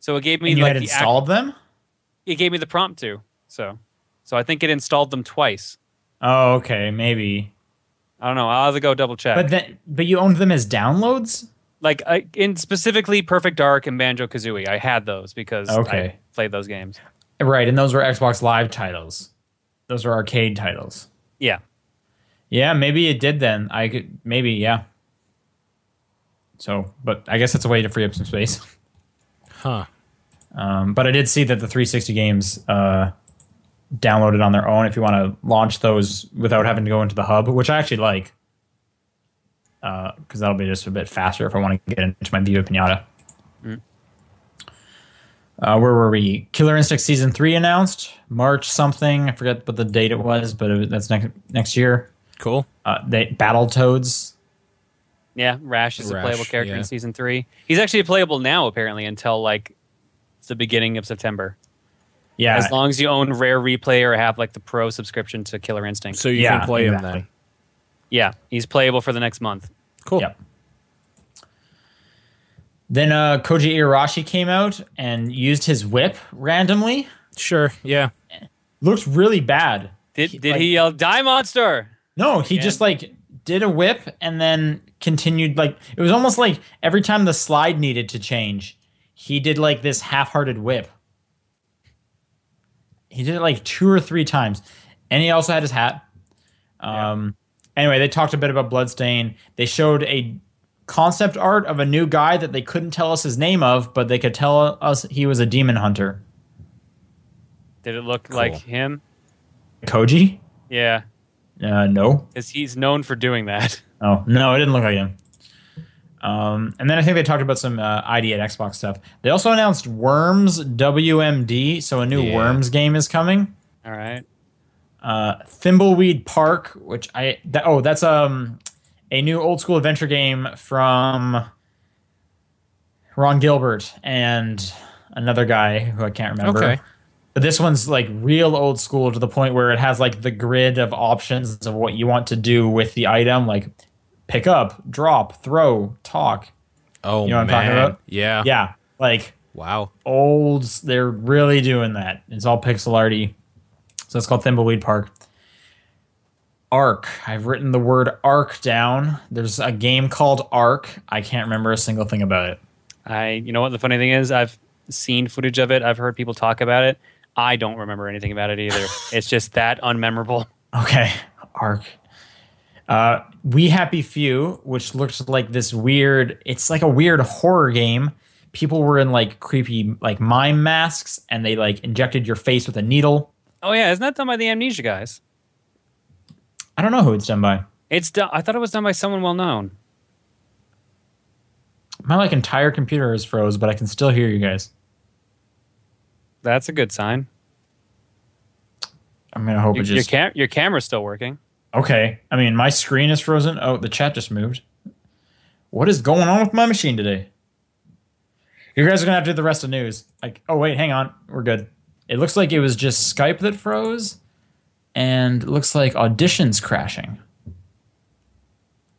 Speaker 2: So it gave me
Speaker 3: and you
Speaker 2: like
Speaker 3: had
Speaker 2: the ac-
Speaker 3: installed them.
Speaker 2: it gave me the prompt to. So so I think it installed them twice.
Speaker 3: Oh, okay, maybe.
Speaker 2: I don't know. I'll have to go double check.
Speaker 3: But then, but you owned them as downloads.
Speaker 2: like I, in specifically Perfect Dark and Banjo Kazooie, I had those because I
Speaker 3: Okay.
Speaker 2: played those games.
Speaker 3: Right, and those were Xbox Live titles. Those were arcade titles.
Speaker 2: Yeah.
Speaker 3: Yeah, maybe it did then. I could maybe yeah. So, but I guess that's a way to free up some space.
Speaker 1: Huh.
Speaker 3: Um, but I did see that the 360 games uh, downloaded on their own if you want to launch those without having to go into the hub, which I actually like because that'll be just a bit faster if I want to get into my Viva Pinata. Uh, where were we? Killer Instinct Season 3 announced March something. I forget what the date it was, but it, that's next next year.
Speaker 1: Cool.
Speaker 3: Uh, they Battletoads.
Speaker 2: Yeah, Rash is a
Speaker 1: Rash,
Speaker 2: playable character
Speaker 1: yeah.
Speaker 2: in season three. He's actually playable now, apparently, until like the beginning of September.
Speaker 3: Yeah.
Speaker 2: As long as you own Rare Replay or have like the pro subscription to Killer Instinct.
Speaker 1: So you
Speaker 3: Yeah,
Speaker 1: can play him
Speaker 3: exactly.
Speaker 1: then.
Speaker 2: yeah, he's playable for the next month.
Speaker 1: Cool.
Speaker 3: Yep. Then uh, Koji Igarashi came out and used his whip randomly.
Speaker 1: Sure. Yeah.
Speaker 3: Looked really bad.
Speaker 2: Did
Speaker 3: He-
Speaker 2: did
Speaker 3: like-
Speaker 2: he yell die monster?
Speaker 3: No, he just like did a whip and then continued like it was almost like every time the slide needed to change, he did like this half-hearted whip. He did it like two or three times, and he also had his hat. Um, Anyway, they talked a bit about Bloodstain. They showed a concept art of a new guy that they couldn't tell us his name of, but they could tell us he was a demon hunter.
Speaker 2: Did it look
Speaker 1: Cool.
Speaker 2: like him?
Speaker 3: Koji?
Speaker 2: Yeah,
Speaker 3: Uh, no.
Speaker 2: because he's known for doing that.
Speaker 3: Oh no, it didn't look like him. Um, and then I think they talked about some uh, ID at Xbox stuff. They also announced Worms WMD, so a new
Speaker 1: Yeah.
Speaker 3: Worms game is coming.
Speaker 2: All right.
Speaker 3: Uh, Thimbleweed Park, which I that, oh that's um a new old school adventure game from Ron Gilbert and another guy who I can't remember.
Speaker 1: Okay.
Speaker 3: But this one's like real old school to the point where it has like the grid of options of what you want to do with the item, like pick up, drop, throw, talk.
Speaker 1: Oh
Speaker 3: You know what I'm
Speaker 1: man.
Speaker 3: talking about?
Speaker 1: Yeah.
Speaker 3: Yeah, like
Speaker 1: Wow.
Speaker 3: old. They're really doing that. It's all pixel arty. So it's called Thimbleweed Park. Arc. I've written the word arc down. There's a game called Arc. I can't remember a single thing about it.
Speaker 2: I you know what the funny thing is I've seen footage of it. I've heard people talk about it. I don't remember anything about it either. it's just that unmemorable.
Speaker 3: Okay, Arc. Uh, we Happy Few, which looks like this weird. It's like a weird horror game. People were in like creepy like mime masks, and they like injected your face with a needle.
Speaker 2: Oh yeah, isn't that done by the Amnesia guys?
Speaker 3: I don't know who it's done by.
Speaker 2: It's done. I thought it was done by someone well known.
Speaker 3: My like entire computer is froze, but I can still hear you guys.
Speaker 2: That's a good sign.
Speaker 3: I'm gonna hope
Speaker 2: Your,
Speaker 3: it
Speaker 2: your,
Speaker 3: just
Speaker 2: cam- your camera's still working.
Speaker 3: okay. I mean, my screen is frozen. Oh, the chat just moved. What is going on with my machine today? You guys are gonna have to do the rest of news. Like, oh wait, hang on, we're good. It looks like it was just Skype that froze, and it looks like auditions crashing.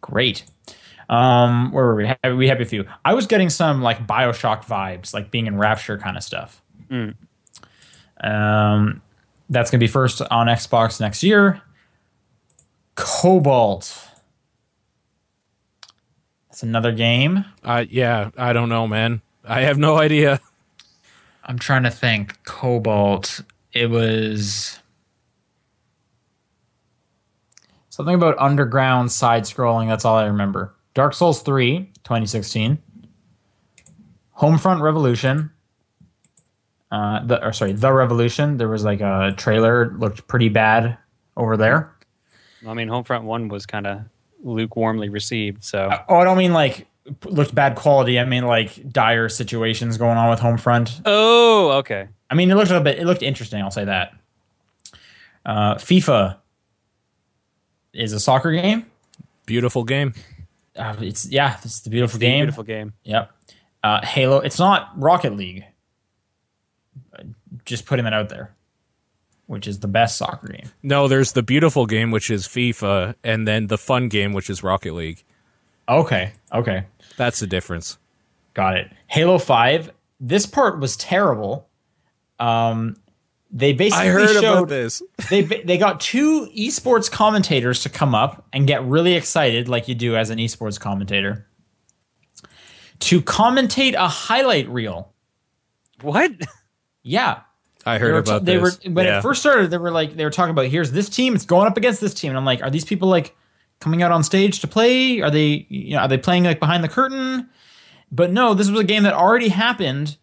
Speaker 3: Great. Um, where were we? Ha- We happy few. I was getting some like Bioshock vibes, like being in Rapture kind of stuff. Um, that's gonna be first on Xbox next year. Cobalt. That's another game.
Speaker 1: Uh, yeah, I don't know, man. I have no idea.
Speaker 3: I'm trying to think. Cobalt. It was something about underground side scrolling. That's all I remember. Dark Souls 3, 2016. Homefront Revolution. Uh, the or sorry, the Revolution. There was like a trailer it looked pretty bad over there.
Speaker 2: I mean, Homefront One was kind of lukewarmly received, so
Speaker 1: Uh,
Speaker 3: Oh, I don't mean like p- looked bad quality. I mean like dire situations going on with Homefront.
Speaker 2: oh, okay.
Speaker 3: I mean, it looked a bit. It looked interesting. I'll say that. Uh, FIFA is a soccer game.
Speaker 1: Beautiful game.
Speaker 3: Uh, it's yeah, it's the beautiful
Speaker 2: The
Speaker 3: game.
Speaker 2: beautiful game.
Speaker 3: Yep. Uh, Halo. It's not Rocket League. Uh, Just putting that out there, which is the best soccer game.
Speaker 1: No, there's the beautiful game, which is FIFA, and then the fun game, which is Rocket League.
Speaker 3: Okay. Okay.
Speaker 1: That's the difference.
Speaker 3: Got it. Halo Five. This part was terrible. Um, they basically showed,
Speaker 1: this.
Speaker 3: they they got two esports commentators to come up and get really excited like you do as an esports commentator to commentate a highlight reel.
Speaker 2: What?
Speaker 3: Yeah.
Speaker 1: I
Speaker 3: They
Speaker 1: heard
Speaker 3: were,
Speaker 1: about
Speaker 3: they
Speaker 1: this.
Speaker 3: were when
Speaker 1: Yeah.
Speaker 3: it first started they were like they were talking about here's this team it's going up against this team and I'm like are these people like coming out on stage to play? Are they you know are they playing like behind the curtain? But no, this was a game that already happened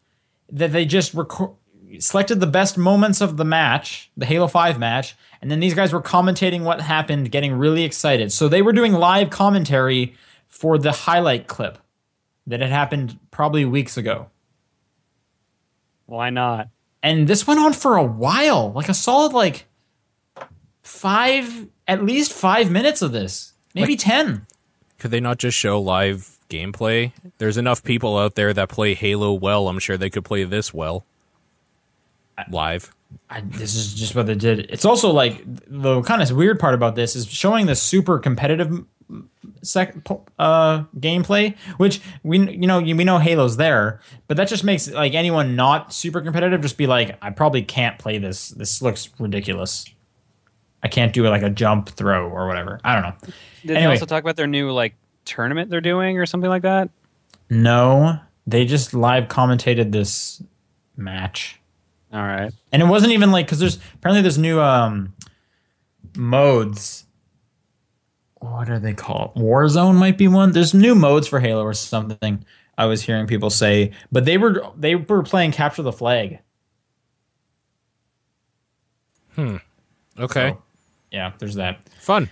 Speaker 3: that they just reco- selected the best moments of the match, the Halo 5 match, and then these guys were commentating what happened, getting really excited. So they were doing live commentary for the highlight clip that had happened probably weeks ago.
Speaker 2: Why not?
Speaker 3: And this went on for a while, like a solid like 5 at least 5 minutes of this. Maybe 10.
Speaker 1: Could they not just show live gameplay? There's enough people out there that play Halo well. I'm sure they could play this well. Live.
Speaker 3: I, this is just what they did. It's also like the kind of weird part about this is showing the super competitive sec, uh, gameplay, which we you know you- we know Halo's there, but that just makes like anyone not super competitive just be like, I probably can't play this. This looks ridiculous. I can't do like a jump throw or whatever. I don't know.
Speaker 2: Did they
Speaker 3: Anyway.
Speaker 2: also talk about their new like tournament they're doing or something like that?
Speaker 3: No, they just live commentated this match.
Speaker 2: All right.
Speaker 3: and it wasn't even like because there's apparently there's new um modes what are they called warzone might be one there's new modes for halo or something i was hearing people say but they were they were playing capture the flag
Speaker 1: Okay.
Speaker 3: So, yeah there's that
Speaker 1: Fun.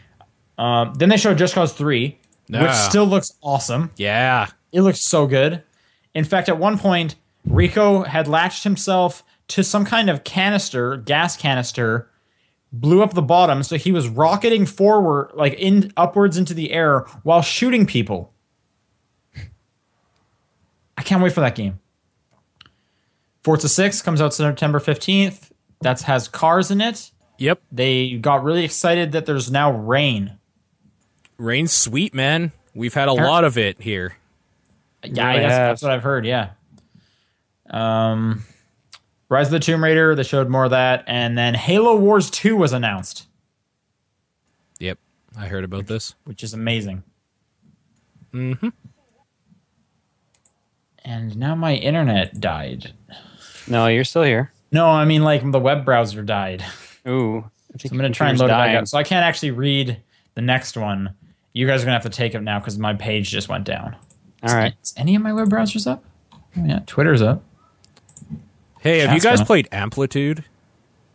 Speaker 3: um, then they showed just cause 3
Speaker 1: Yeah.
Speaker 3: which still looks awesome
Speaker 1: Yeah.
Speaker 3: It looks so good. In fact, at one point, Rico had latched himself to some kind of canister, gas canister, blew up the bottom, so he was rocketing forward, like in upwards into the air while shooting people. I can't wait for that game. Forza 6 comes out September 15th. That has cars in it.
Speaker 1: Yep.
Speaker 3: They got really excited that there's now rain.
Speaker 1: Rain's sweet, man. We've had a
Speaker 3: Apparent-
Speaker 1: lot of it here.
Speaker 3: Yeah,
Speaker 2: Really
Speaker 3: I guess
Speaker 2: has.
Speaker 3: that's what I've heard. Yeah. Um, Rise of the Tomb Raider. They showed more of that, and then Halo Wars Two was announced,
Speaker 1: Yep. I heard about this.
Speaker 3: which is amazing.
Speaker 2: Mm-hmm.
Speaker 1: Mhm.
Speaker 3: And now my internet died.
Speaker 2: No, you're still here.
Speaker 3: No, I mean like the web browser died.
Speaker 2: Ooh. I think
Speaker 3: I'm gonna try and
Speaker 2: computer's
Speaker 3: load it back
Speaker 2: dying.
Speaker 3: up, so I can't actually read the next one. You guys are gonna have to take it now because my page just went down.
Speaker 2: All right.
Speaker 3: Is any of my web browsers up? Oh, yeah, Twitter's up.
Speaker 1: Hey, have you
Speaker 3: That's
Speaker 1: guys
Speaker 3: fun.
Speaker 1: played Amplitude?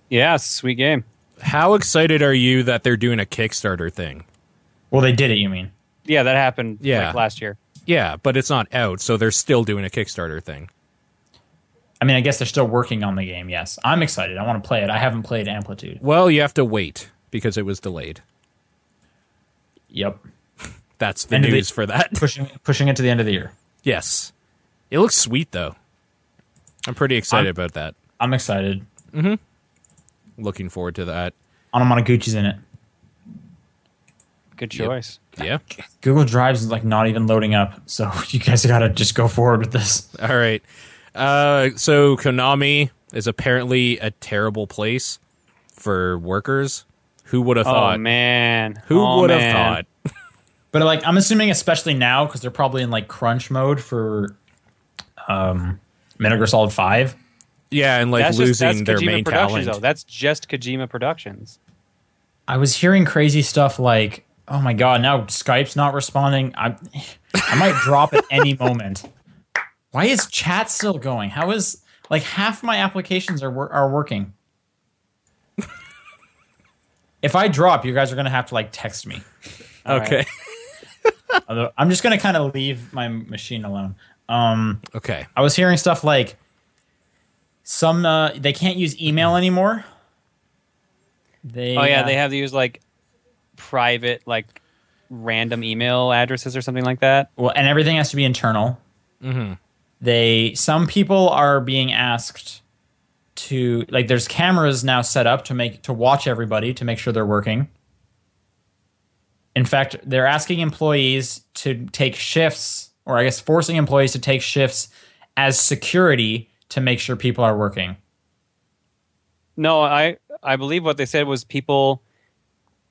Speaker 2: Yeah, sweet game.
Speaker 1: How excited are you that they're doing a Kickstarter thing?
Speaker 3: Well, they did it. You mean?
Speaker 2: Yeah, that happened
Speaker 1: Yeah.
Speaker 2: like last year.
Speaker 1: Yeah, but it's not out, so they're still doing a Kickstarter thing.
Speaker 3: I mean, I guess they're still working on the game. Yes, I'm excited. I want to play it. I haven't played Amplitude.
Speaker 1: Well, you have to wait because it was delayed.
Speaker 3: Yep,
Speaker 1: That's the
Speaker 3: End of
Speaker 1: news
Speaker 3: it.
Speaker 1: for that.
Speaker 3: pushing pushing it to the end of the year.
Speaker 1: yes. It looks sweet though. I'm pretty excited
Speaker 3: I'm-
Speaker 1: about that.
Speaker 3: I'm excited.
Speaker 1: Looking forward to that.
Speaker 3: Anamanaguchi's in it.
Speaker 2: Good choice.
Speaker 1: Yeah.
Speaker 3: Google Drive's like not even loading up, so you guys gotta just go forward with this.
Speaker 1: All right. Uh, so Konami is apparently a terrible place for workers. Who would have
Speaker 2: Oh
Speaker 1: thought?
Speaker 2: man.
Speaker 1: Who
Speaker 2: Oh,
Speaker 1: would have
Speaker 2: man.
Speaker 1: thought?
Speaker 3: But like, I'm assuming especially now because they're probably in like crunch mode for um, Metal Gear Solid Five.
Speaker 1: Yeah, and like
Speaker 2: That's just-
Speaker 1: losing
Speaker 2: that's
Speaker 1: their
Speaker 2: Kojima
Speaker 1: main
Speaker 2: Productions,
Speaker 1: talent.
Speaker 2: Though. That's just Kojima Productions.
Speaker 3: I was hearing crazy stuff like, "Oh my god, now Skype's not responding. I, I might drop at any moment." Why is chat still going? How is like half my applications are wor- are working? if I drop, you guys are gonna have to like text me.
Speaker 1: okay.
Speaker 3: Although I'm just gonna kind of leave my machine alone. Um,
Speaker 1: Okay.
Speaker 3: I was hearing stuff like some uh, they can't use email anymore. They
Speaker 2: Oh yeah,
Speaker 3: uh,
Speaker 2: they have to use like private, like random email addresses or something like that.
Speaker 3: well, and everything has to be internal.
Speaker 2: Mm-hmm.
Speaker 1: Mhm.
Speaker 3: They some people are being asked to like there's cameras now set up to make to watch everybody to make sure they're working. In fact, they're asking employees to take shifts, or I guess forcing employees to take shifts as security to make sure people are working.
Speaker 2: No, I I believe what they said was people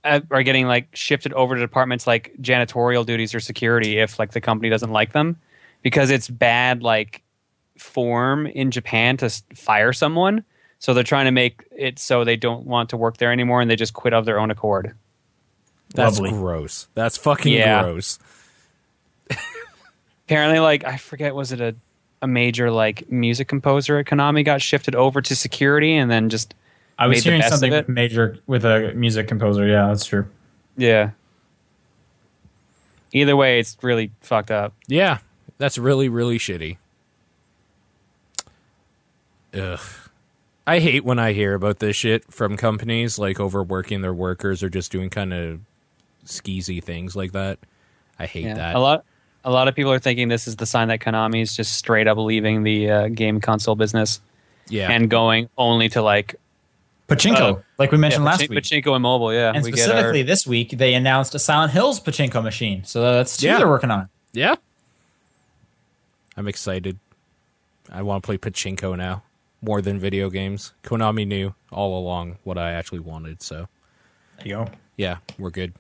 Speaker 2: uh, are getting like shifted over to departments like janitorial duties or security if like the company doesn't like them because it's bad like form in Japan to s- fire someone. So they're trying to make it so they don't want to work there anymore and they just quit of their own accord.
Speaker 1: That's
Speaker 3: Lovely.
Speaker 1: gross. That's fucking
Speaker 2: Yeah.
Speaker 1: gross.
Speaker 2: apparently like i forget was it a, a major like music composer at konami got shifted over to security and then just
Speaker 3: I
Speaker 2: made
Speaker 3: was
Speaker 2: the
Speaker 3: hearing
Speaker 2: best of
Speaker 3: something
Speaker 2: it.
Speaker 3: major with a music composer. Yeah, that's true.
Speaker 2: yeah either way it's really fucked up
Speaker 1: Yeah, that's really really shitty. Ugh. I hate when I hear about this shit from companies like overworking their workers or just doing kind of skeezy things like that. I hate
Speaker 2: yeah.
Speaker 1: that.
Speaker 2: a lot a lot of people are thinking this is the sign that konami is just straight up leaving the uh, game console business
Speaker 1: yeah.
Speaker 2: and going only to like
Speaker 3: Pachinko, like we mentioned
Speaker 2: Oh. yeah,
Speaker 3: last
Speaker 2: Pachin-
Speaker 3: week,
Speaker 2: pachinko and mobile yeah
Speaker 3: and
Speaker 2: we get our-
Speaker 3: specifically this week, they announced a Silent Hills Pachinko machine. So that's two
Speaker 1: Yeah.
Speaker 3: they're working on.
Speaker 1: yeah. I'm excited. I want to play pachinko now more than video games. Konami knew all along what I actually wanted, so
Speaker 3: There you go.
Speaker 1: Yeah, we're good.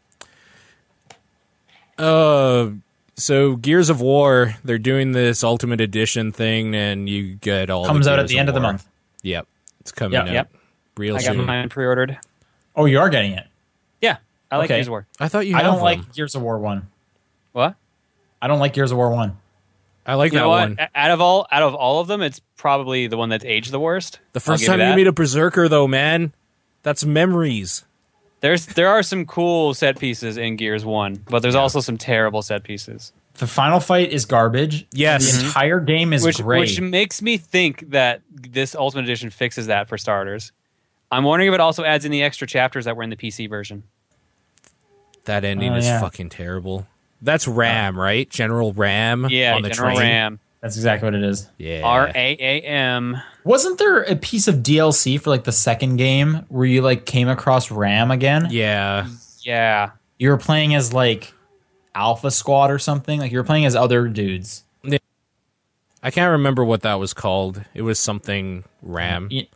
Speaker 1: Uh, so Gears of War, they're doing this Ultimate Edition thing, and you get all
Speaker 3: Comes
Speaker 1: the
Speaker 3: out at
Speaker 1: Gears
Speaker 3: the end of the
Speaker 1: War.
Speaker 3: month.
Speaker 1: Yep, it's coming
Speaker 3: Yep.
Speaker 1: out
Speaker 2: Yep.
Speaker 1: real
Speaker 2: i got
Speaker 1: soon.
Speaker 2: mine pre-ordered
Speaker 3: Oh, you are getting it.
Speaker 2: yeah i like
Speaker 3: Okay.
Speaker 2: Gears of War.
Speaker 1: I thought you.
Speaker 3: I
Speaker 1: have
Speaker 3: don't
Speaker 1: them.
Speaker 3: like Gears of War one.
Speaker 2: what
Speaker 3: I don't like Gears of War one.
Speaker 1: I like
Speaker 2: you
Speaker 1: that
Speaker 2: know what
Speaker 1: one.
Speaker 2: O- out of all out of all of them it's probably the one that's aged the worst
Speaker 1: The
Speaker 2: I'll
Speaker 1: first
Speaker 2: give you
Speaker 1: time you,
Speaker 2: that.
Speaker 1: meet a berserker, though, man, that's memories.
Speaker 2: There's there are some cool set pieces in Gears One, but there's also some terrible set pieces,
Speaker 3: The final fight is garbage.
Speaker 1: Yes.
Speaker 3: the entire game is
Speaker 2: which
Speaker 3: great.
Speaker 2: which makes me think that this Ultimate Edition fixes that for starters. I'm wondering if it also adds in the extra chapters that were in the PC version.
Speaker 1: That ending
Speaker 3: Oh,
Speaker 1: is
Speaker 3: yeah.
Speaker 1: fucking terrible. That's Ram, right? General Ram.
Speaker 2: Uh, Yeah,
Speaker 1: on the
Speaker 2: General
Speaker 1: train.
Speaker 2: Ram,
Speaker 3: that's exactly what it is.
Speaker 1: Yeah.
Speaker 2: R A A M.
Speaker 3: Wasn't there a piece of DLC for like the second game where you like came across Ram again?
Speaker 1: Yeah.
Speaker 2: Yeah,
Speaker 3: you were playing as like Alpha Squad or something. Like you were playing as other dudes.
Speaker 1: I can't remember what that was called. It was something Ram.
Speaker 3: Y-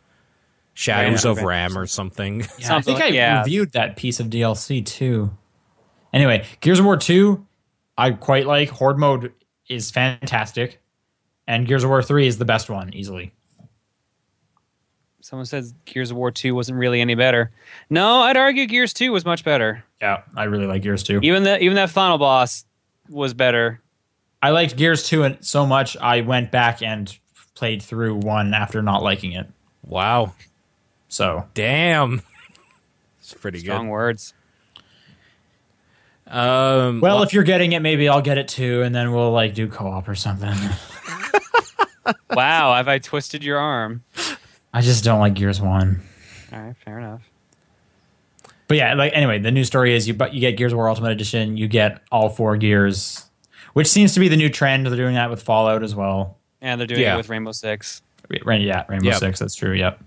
Speaker 1: Shadows
Speaker 2: Ram.
Speaker 1: of Ram or something.
Speaker 3: I think I
Speaker 2: like- yeah.
Speaker 3: reviewed that piece of DLC too. Anyway, Gears of War two, I quite like. Horde mode is fantastic, and Gears of War three is the best one easily.
Speaker 2: someone says Gears of War Two wasn't really any better. No, I'd argue Gears Two was much better.
Speaker 3: Yeah, I really like Gears two.
Speaker 2: Even the even that final boss was better.
Speaker 3: I liked Gears two and so much I went back and played through one after not liking it.
Speaker 1: Wow.
Speaker 3: So
Speaker 1: Damn. It's pretty
Speaker 2: Strong words.
Speaker 1: good. Um,
Speaker 3: well,
Speaker 1: lo-
Speaker 3: if you're getting it, maybe I'll get it too, and then we'll like do co op or something.
Speaker 2: wow, have I twisted your arm?
Speaker 3: I just don't like Gears One.
Speaker 2: All right, fair enough.
Speaker 3: But yeah, like anyway, the new story is you but you get Gears of War Ultimate Edition, you get all four gears, which seems to be the new trend. They're doing that with Fallout as well.
Speaker 2: And they're doing
Speaker 1: Yeah.
Speaker 2: it with Rainbow Six.
Speaker 3: Rain, yeah, Rainbow
Speaker 1: Yep.
Speaker 3: Six. That's true. Yep.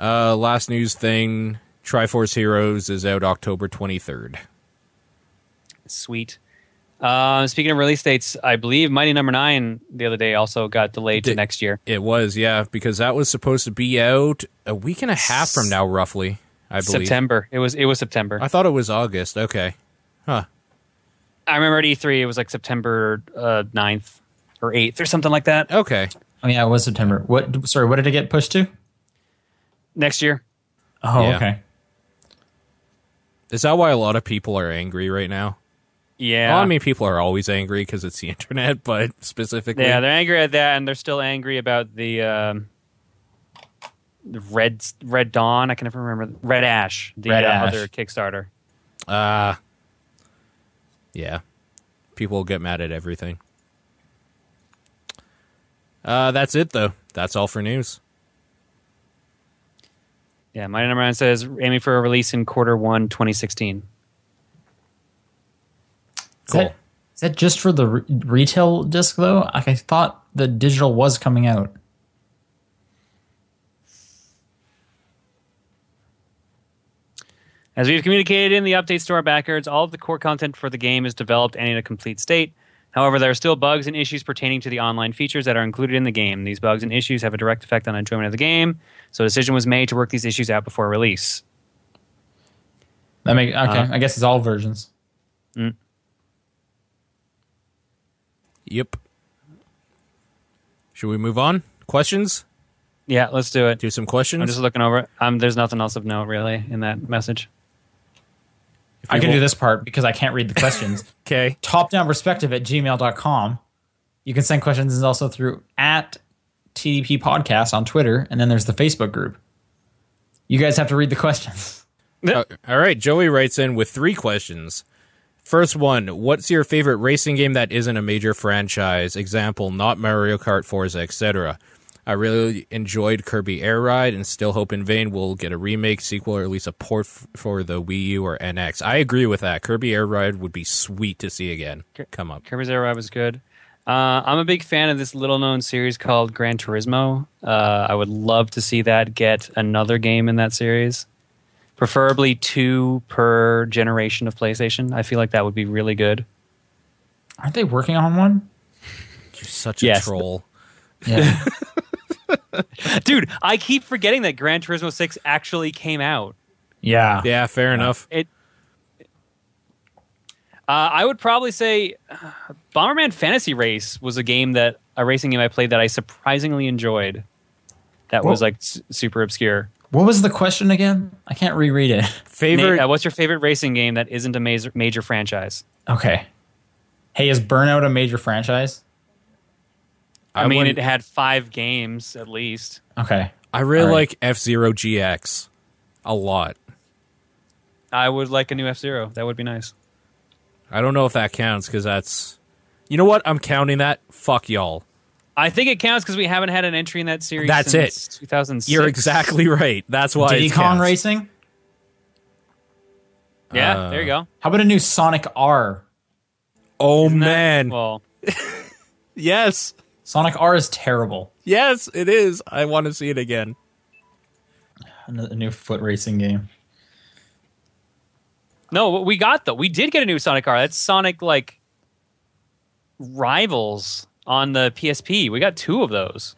Speaker 1: Uh, last news thing Triforce Heroes is out October 23rd.
Speaker 2: Sweet. Um, speaking of release dates, I believe Mighty Number Nine the other day also got delayed to
Speaker 1: Did-
Speaker 2: next year.
Speaker 1: It was, yeah, because that was supposed to be out a week and a half from now, roughly, I believe.
Speaker 2: September. It was it was September.
Speaker 1: I thought it was August. Okay. Huh.
Speaker 2: I remember at E3 it was like September uh, 9th or 8th or something like that.
Speaker 1: Okay.
Speaker 3: Oh yeah, it was September. What? Sorry, what did it get pushed to?
Speaker 2: Next year.
Speaker 3: Oh,
Speaker 1: Yeah.
Speaker 3: okay.
Speaker 1: Is that why a lot of people are angry right now?
Speaker 2: Yeah.
Speaker 1: Well, I mean, people are always angry because it's the internet, but specifically,
Speaker 2: yeah, they're angry at that and they're still angry about the um, the Red Red Dawn, I can never remember Red Ash, the
Speaker 3: Red
Speaker 2: uh,
Speaker 3: Ash.
Speaker 2: other Kickstarter.
Speaker 1: uh, yeah, people get mad at everything. Uh, that's it though. That's all for news.
Speaker 2: Yeah, my number 9 says aiming for a release in quarter 1 2016.
Speaker 1: Cool.
Speaker 3: Is that, is that just for the re- retail disc though? Like I thought the digital was coming out.
Speaker 2: As we've communicated in the updates to our backers, all of the core content for the game is developed and in a complete state. However, there are still bugs and issues pertaining to the online features that are included in the game. These bugs and issues have a direct effect on enjoyment of the game, so a decision was made to work these issues out before release.
Speaker 3: That make okay.
Speaker 2: Uh-huh.
Speaker 3: I guess it's all versions.
Speaker 1: Yep. Should we move on? Questions?
Speaker 2: Yeah, let's do it.
Speaker 1: Do some
Speaker 2: I'm
Speaker 1: questions.
Speaker 2: just looking over. it. Um, there's nothing else of note really in that message.
Speaker 1: If
Speaker 3: I
Speaker 1: you
Speaker 3: can
Speaker 1: will-
Speaker 3: do this part because I can't read the questions.
Speaker 1: Okay.
Speaker 3: topdown perspective at gmail.com. You can send questions and also through at TDP podcast on Twitter. And then there's the Facebook group. You guys have to read the questions.
Speaker 1: Uh, all right. Joey writes in with three questions. First one What's your favorite racing game that isn't a major franchise? Example, not Mario Kart, Forza, etc. I really enjoyed Kirby Air Ride and still hope in vain we'll get a remake, sequel, or at least a port f- for the Wii U or NX. I agree with that. Kirby Air Ride would be sweet to see again. Come up.
Speaker 2: Kirby's Air Ride was good. Uh, I'm a big fan of this little known series called Gran Turismo. Uh, I would love to see that get another game in that series, preferably two per generation of PlayStation. I feel like that would be really good.
Speaker 3: Aren't they working on one?
Speaker 1: You're such a
Speaker 2: Yes.
Speaker 1: troll.
Speaker 3: Yeah.
Speaker 2: Dude, I keep forgetting that Gran Turismo 6 actually came out.
Speaker 3: yeah.
Speaker 1: Yeah, fair enough.
Speaker 2: It. Uh, I would probably say uh, Bomberman Fantasy Race was a game that a racing game I played that I surprisingly enjoyed. That was
Speaker 3: Whoa.
Speaker 2: like s- super obscure.
Speaker 3: What was the question again? I can't reread it.
Speaker 1: Favorite.
Speaker 2: Na- uh, what's your favorite racing game that isn't a major, major franchise?
Speaker 3: Okay. Hey, is Burnout a major franchise?
Speaker 2: I,
Speaker 1: I
Speaker 2: mean,
Speaker 1: wouldn't-
Speaker 2: it had five games at least.
Speaker 3: Okay.
Speaker 1: I really
Speaker 3: All right.
Speaker 1: like F Zero GX a lot.
Speaker 2: I would like a new F Zero. That would be nice.
Speaker 1: I don't know if that counts because that's. You know what? I'm counting that. Fuck y'all.
Speaker 2: I think it counts because we haven't had an entry in that series.
Speaker 1: That's
Speaker 2: since 2006.
Speaker 1: You're exactly right. That's why
Speaker 3: Diddy
Speaker 1: it
Speaker 3: Kong
Speaker 1: counts.
Speaker 3: Racing?
Speaker 2: Yeah,
Speaker 1: Uh,
Speaker 2: there you go.
Speaker 3: How about a new Sonic R?
Speaker 1: Oh
Speaker 2: Isn't that-
Speaker 1: man,
Speaker 2: well,
Speaker 1: yes,
Speaker 3: Sonic R is terrible.
Speaker 1: yes, it is. I want to see it again.
Speaker 3: A n- a new foot racing game.
Speaker 2: no, what we got though. We did get a new Sonic car. That's Sonic like Rivals on the PSP. We got two of those.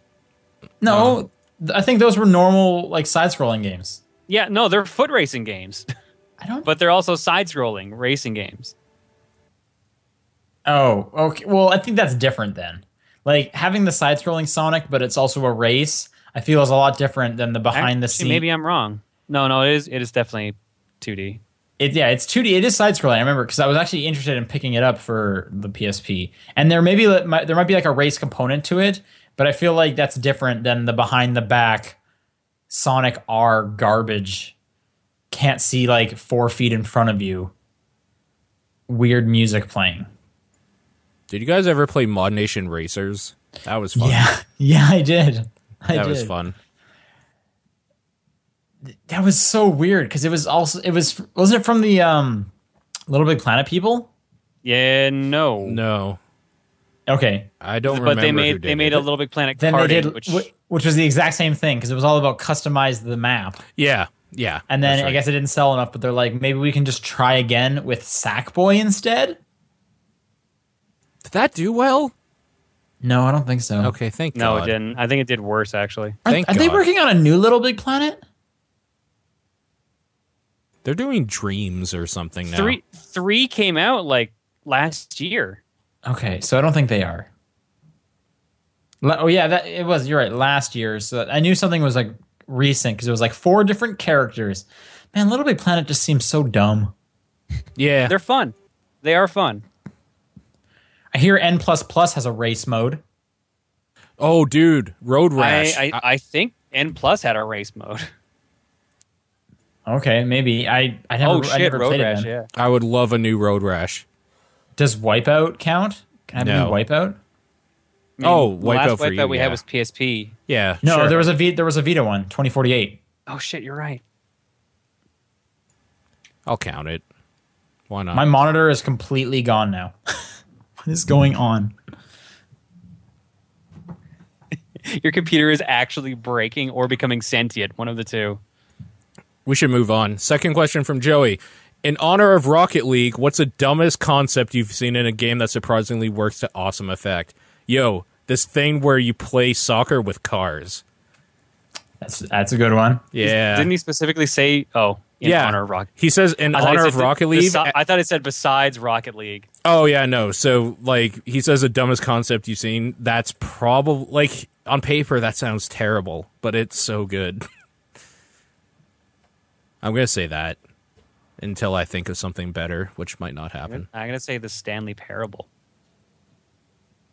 Speaker 3: No, th- I think those were normal like side-scrolling games.
Speaker 2: Yeah, no, they're foot racing games,
Speaker 3: I don't.
Speaker 2: but they're also side-scrolling racing games.
Speaker 3: oh, okay. Well, I think that's different then. Like having the side-scrolling Sonic, but it's also a race. I feel is a lot different than the behind the
Speaker 2: Actually,
Speaker 3: scenes.
Speaker 2: Maybe I'm wrong. No, no, it is. It is definitely 2D.
Speaker 3: It, yeah, it's 2D. It is side-scrolling. I remember because I was actually interested in picking it up for the PSP, and there maybe there might be like a race component to it, but I feel like that's different than the behind-the-back Sonic R garbage. Can't see like four feet in front of you. Weird music playing.
Speaker 1: Did you guys ever play Mod Nation Racers? That was fun.
Speaker 3: Yeah, yeah, I did. I
Speaker 1: that
Speaker 3: did.
Speaker 1: was fun.
Speaker 3: That was so weird because it was also it was wasn't it from the um Little Big Planet people?
Speaker 2: Yeah, no,
Speaker 1: No,
Speaker 3: Okay,
Speaker 1: I don't
Speaker 2: But
Speaker 1: remember.
Speaker 2: they
Speaker 1: who
Speaker 2: made
Speaker 1: did
Speaker 2: they made
Speaker 1: it.
Speaker 2: a Little Big Planet
Speaker 3: then
Speaker 2: carding,
Speaker 3: they did
Speaker 2: which
Speaker 3: which, which was the exact same thing because it was all about customize the map.
Speaker 1: Yeah, yeah.
Speaker 3: And then
Speaker 1: that's
Speaker 3: I
Speaker 1: right.
Speaker 3: guess it didn't sell enough, but they're like, maybe we can just try again with Sackboy instead.
Speaker 1: did that do well?
Speaker 3: No, I don't think so.
Speaker 1: Okay, thank
Speaker 2: no,
Speaker 1: God.
Speaker 2: it didn't. I think it did worse actually.
Speaker 3: Aren't-
Speaker 1: Thank
Speaker 3: aren't they
Speaker 1: God.
Speaker 3: working on a new Little Big Planet?
Speaker 1: They're doing dreams or something now.
Speaker 2: Three three came out like last year.
Speaker 3: Okay, so I don't think they are. La- oh yeah, that it was. You're right. Last year, so I knew something was like recent because it was like four different characters. Man, Little Big Planet just seems so dumb.
Speaker 1: Yeah,
Speaker 2: They're fun. They are fun.
Speaker 3: I hear N plus plus has a race mode.
Speaker 1: Oh, dude, Road
Speaker 2: I,
Speaker 1: Rash.
Speaker 2: I I think N plus had a race mode.
Speaker 3: Okay, maybe I I never,
Speaker 2: oh
Speaker 3: I
Speaker 2: shit,
Speaker 3: never
Speaker 2: Road
Speaker 3: played
Speaker 2: Rash.
Speaker 3: it. then.
Speaker 2: Yeah.
Speaker 1: I would love a new Road Rash.
Speaker 3: Does Wipeout count? Can I have
Speaker 1: No.
Speaker 3: a new Wipeout?
Speaker 2: I mean,
Speaker 1: Oh,
Speaker 2: the
Speaker 1: Wipeout
Speaker 2: last
Speaker 1: for
Speaker 2: Wipeout
Speaker 1: you,
Speaker 2: we
Speaker 1: yeah.
Speaker 2: had was PSP.
Speaker 1: Yeah,
Speaker 3: No,
Speaker 1: sure.
Speaker 3: there was a v, there was a Vita one, 2048.
Speaker 2: Oh shit, you're right.
Speaker 1: I'll count it. Why not?
Speaker 3: My monitor is completely gone now. what is going on?
Speaker 2: Your computer is actually breaking or becoming sentient. One of the two.
Speaker 1: we should move on. Second question from Joey. In honor of Rocket League, what's the dumbest concept you've seen in a game that surprisingly works to awesome effect? Yo, this thing where you play soccer with cars.
Speaker 3: That's that's a good one.
Speaker 1: Yeah.
Speaker 2: Didn't he specifically say? Oh, in
Speaker 1: yeah.
Speaker 2: honor of Rocket.
Speaker 1: He says in
Speaker 2: I thought he
Speaker 1: honor
Speaker 2: said
Speaker 1: of
Speaker 2: the-
Speaker 1: Rocket
Speaker 2: the
Speaker 1: League.
Speaker 2: so- I thought it said besides Rocket League.
Speaker 1: Oh yeah, no. So like he says the dumbest concept you've seen, that's probably like on paper that sounds terrible, but it's so good. I'm going to say that until I think of something better, which might not happen.
Speaker 2: I'm gonna say the Stanley Parable.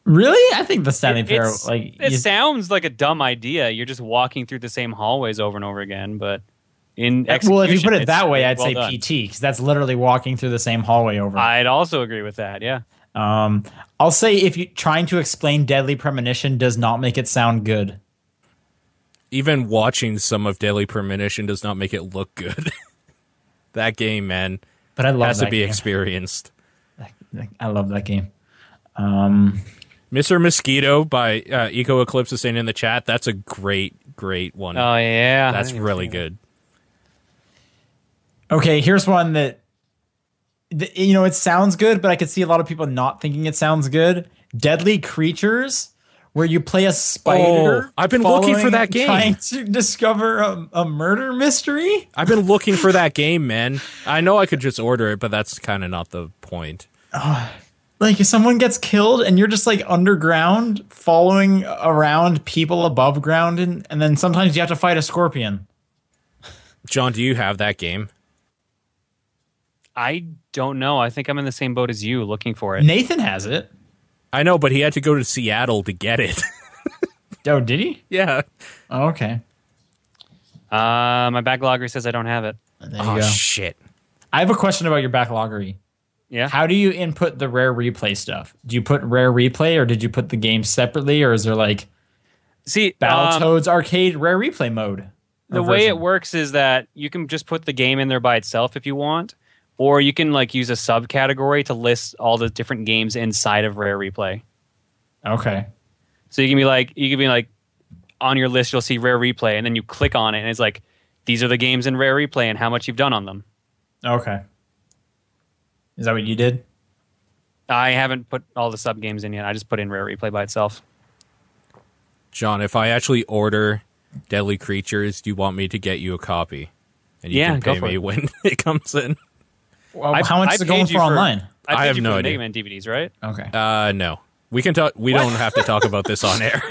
Speaker 3: Really? I think the Stanley Pair
Speaker 2: It's-
Speaker 3: like
Speaker 2: it
Speaker 3: you-
Speaker 2: sounds like a dumb idea. You're just walking through the same hallways over and over again, but in
Speaker 3: well, if you
Speaker 2: execution,
Speaker 3: put it
Speaker 2: it's
Speaker 3: that way, I'd
Speaker 2: well
Speaker 3: say
Speaker 2: done.
Speaker 3: PT because that's literally walking through the same hallway over.
Speaker 2: I'd also agree with that. Yeah,
Speaker 3: um, I'll say if you trying to explain deadly premonition does not make it sound good.
Speaker 1: Even watching some of Daily Premonition does not make it look good. that game, man,
Speaker 3: But I love
Speaker 1: has
Speaker 3: that
Speaker 1: to be
Speaker 3: game.
Speaker 1: experienced.
Speaker 3: I love that game.
Speaker 1: Mr. Mosquito by uh, Eco Eclipse is saying in the chat, that's a great great one.
Speaker 3: Uh,
Speaker 2: Oh yeah,
Speaker 1: that's really good.
Speaker 3: Okay, here's one that, that you know it sounds good, but I could see a lot of people not thinking it sounds good. Deadly creatures, where you play a spider.
Speaker 1: Oh, I've been looking for
Speaker 3: following-
Speaker 1: that game.
Speaker 3: trying to discover a, a murder mystery.
Speaker 1: I've been looking for that game, man. I know I could just order it, but that's kind of not the point.
Speaker 3: like if someone gets killed and you're just like underground following around people above ground and, and then sometimes you have to fight a scorpion
Speaker 1: John, do you have that game?
Speaker 2: I don't know. I think I'm in the same boat as you, looking for it.
Speaker 3: nathan has it
Speaker 1: I know, but he had to go to Seattle to get it.
Speaker 3: oh did he
Speaker 1: yeah.
Speaker 3: oh, okay
Speaker 2: Uh, my backlogger says I don't have it.
Speaker 3: there you
Speaker 1: Oh
Speaker 3: go
Speaker 1: shit.
Speaker 3: i have a question about your backloggery
Speaker 2: Yeah,
Speaker 3: how do you input the rare replay stuff do you put rare replay or did you put the game separately or is there like
Speaker 2: see, um,
Speaker 3: battletoads arcade rare replay mode
Speaker 2: the
Speaker 3: Or
Speaker 2: way
Speaker 3: version?
Speaker 2: it works is that you can just put the game in there by itself if you want, or you can like use a subcategory to list all the different games inside of Rare Replay.
Speaker 3: okay
Speaker 2: So you can be like, you can be like, on your list you'll see Rare Replay, and then you click on it, and it's like, these are the games in Rare Replay and how much you've done on them.
Speaker 3: okay is that what you did
Speaker 2: I haven't put all the sub games in yet. I just put in Rare Replay by itself.
Speaker 1: John, if I actually order Deadly Creatures, do you want me to get you a copy? And you
Speaker 2: Yeah,
Speaker 1: can
Speaker 2: go
Speaker 1: pay
Speaker 2: for
Speaker 1: me
Speaker 2: it.
Speaker 1: when it comes in.
Speaker 3: well,
Speaker 2: I-
Speaker 3: how much
Speaker 2: I
Speaker 3: is it
Speaker 2: paid
Speaker 3: going
Speaker 2: you
Speaker 3: for
Speaker 2: for-
Speaker 3: online
Speaker 1: I
Speaker 2: paid
Speaker 1: have
Speaker 2: you
Speaker 1: no
Speaker 2: for
Speaker 1: idea.
Speaker 2: Mega Man DVDs, right?
Speaker 3: okay
Speaker 1: Uh no. We can talk we don't have to talk about this on air.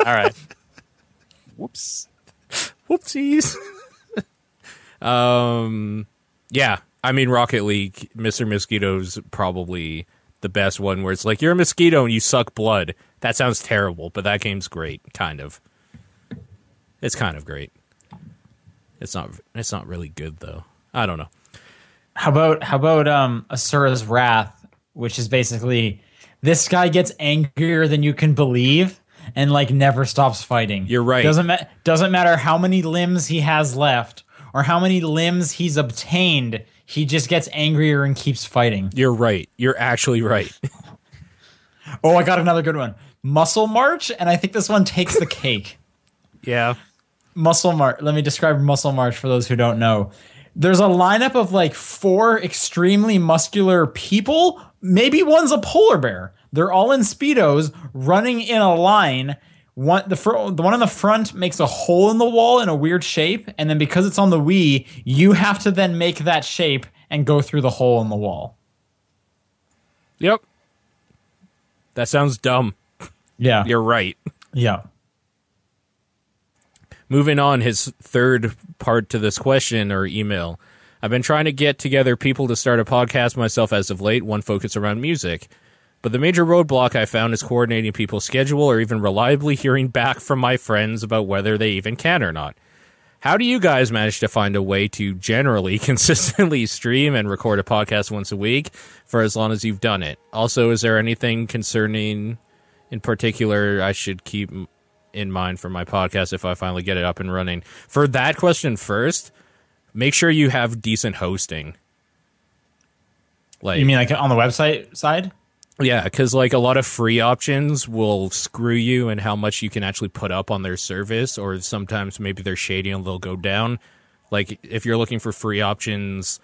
Speaker 2: all right. Whoops.
Speaker 1: Whoopsies. um yeah, I mean Rocket League, Mr. Mosquito's probably the best one where it's like you're a mosquito and you suck blood. That sounds terrible, but that game's great, kind of. It's kind of great. It's not it's not really good though. I don't know.
Speaker 3: How about how about um Asura's Wrath, which is basically this guy gets angrier than you can believe, and like never stops fighting.
Speaker 1: You're right.
Speaker 3: Doesn't ma- doesn't matter how many limbs he has left or how many limbs he's obtained. He just gets angrier and keeps fighting.
Speaker 1: You're right. You're actually right.
Speaker 3: Oh, I got another good one. Muscle March, and I think this one takes the cake.
Speaker 1: yeah.
Speaker 3: Muscle March. Let me describe Muscle March for those who don't know. There's a lineup of like four extremely muscular people. Maybe one's a polar bear. They're all in speedos running in a line. One the fr- the one on the front makes a hole in the wall in a weird shape, and then because it's on the Wii, you have to then make that shape and go through the hole in the wall.
Speaker 1: Yep. That sounds dumb.
Speaker 3: Yeah.
Speaker 1: You're right.
Speaker 3: Yeah.
Speaker 1: Moving on, his third part to this question or email. I've been trying to get together people to start a podcast myself as of late, one focused around music. But the major roadblock I found is coordinating people's schedule or even reliably hearing back from my friends about whether they even can or not. How do you guys manage to find a way to generally consistently stream and record a podcast once a week for as long as you've done it? Also, is there anything concerning in particular I should keep m- in mind for my podcast if I finally get it up and running? For that question first, make sure you have decent hosting. Like
Speaker 3: You mean like on the website side?
Speaker 1: yeah, because like a lot of free options will screw you and how much you can actually put up on their service, or sometimes maybe they're shady and they'll go down. Like if you're looking for free options,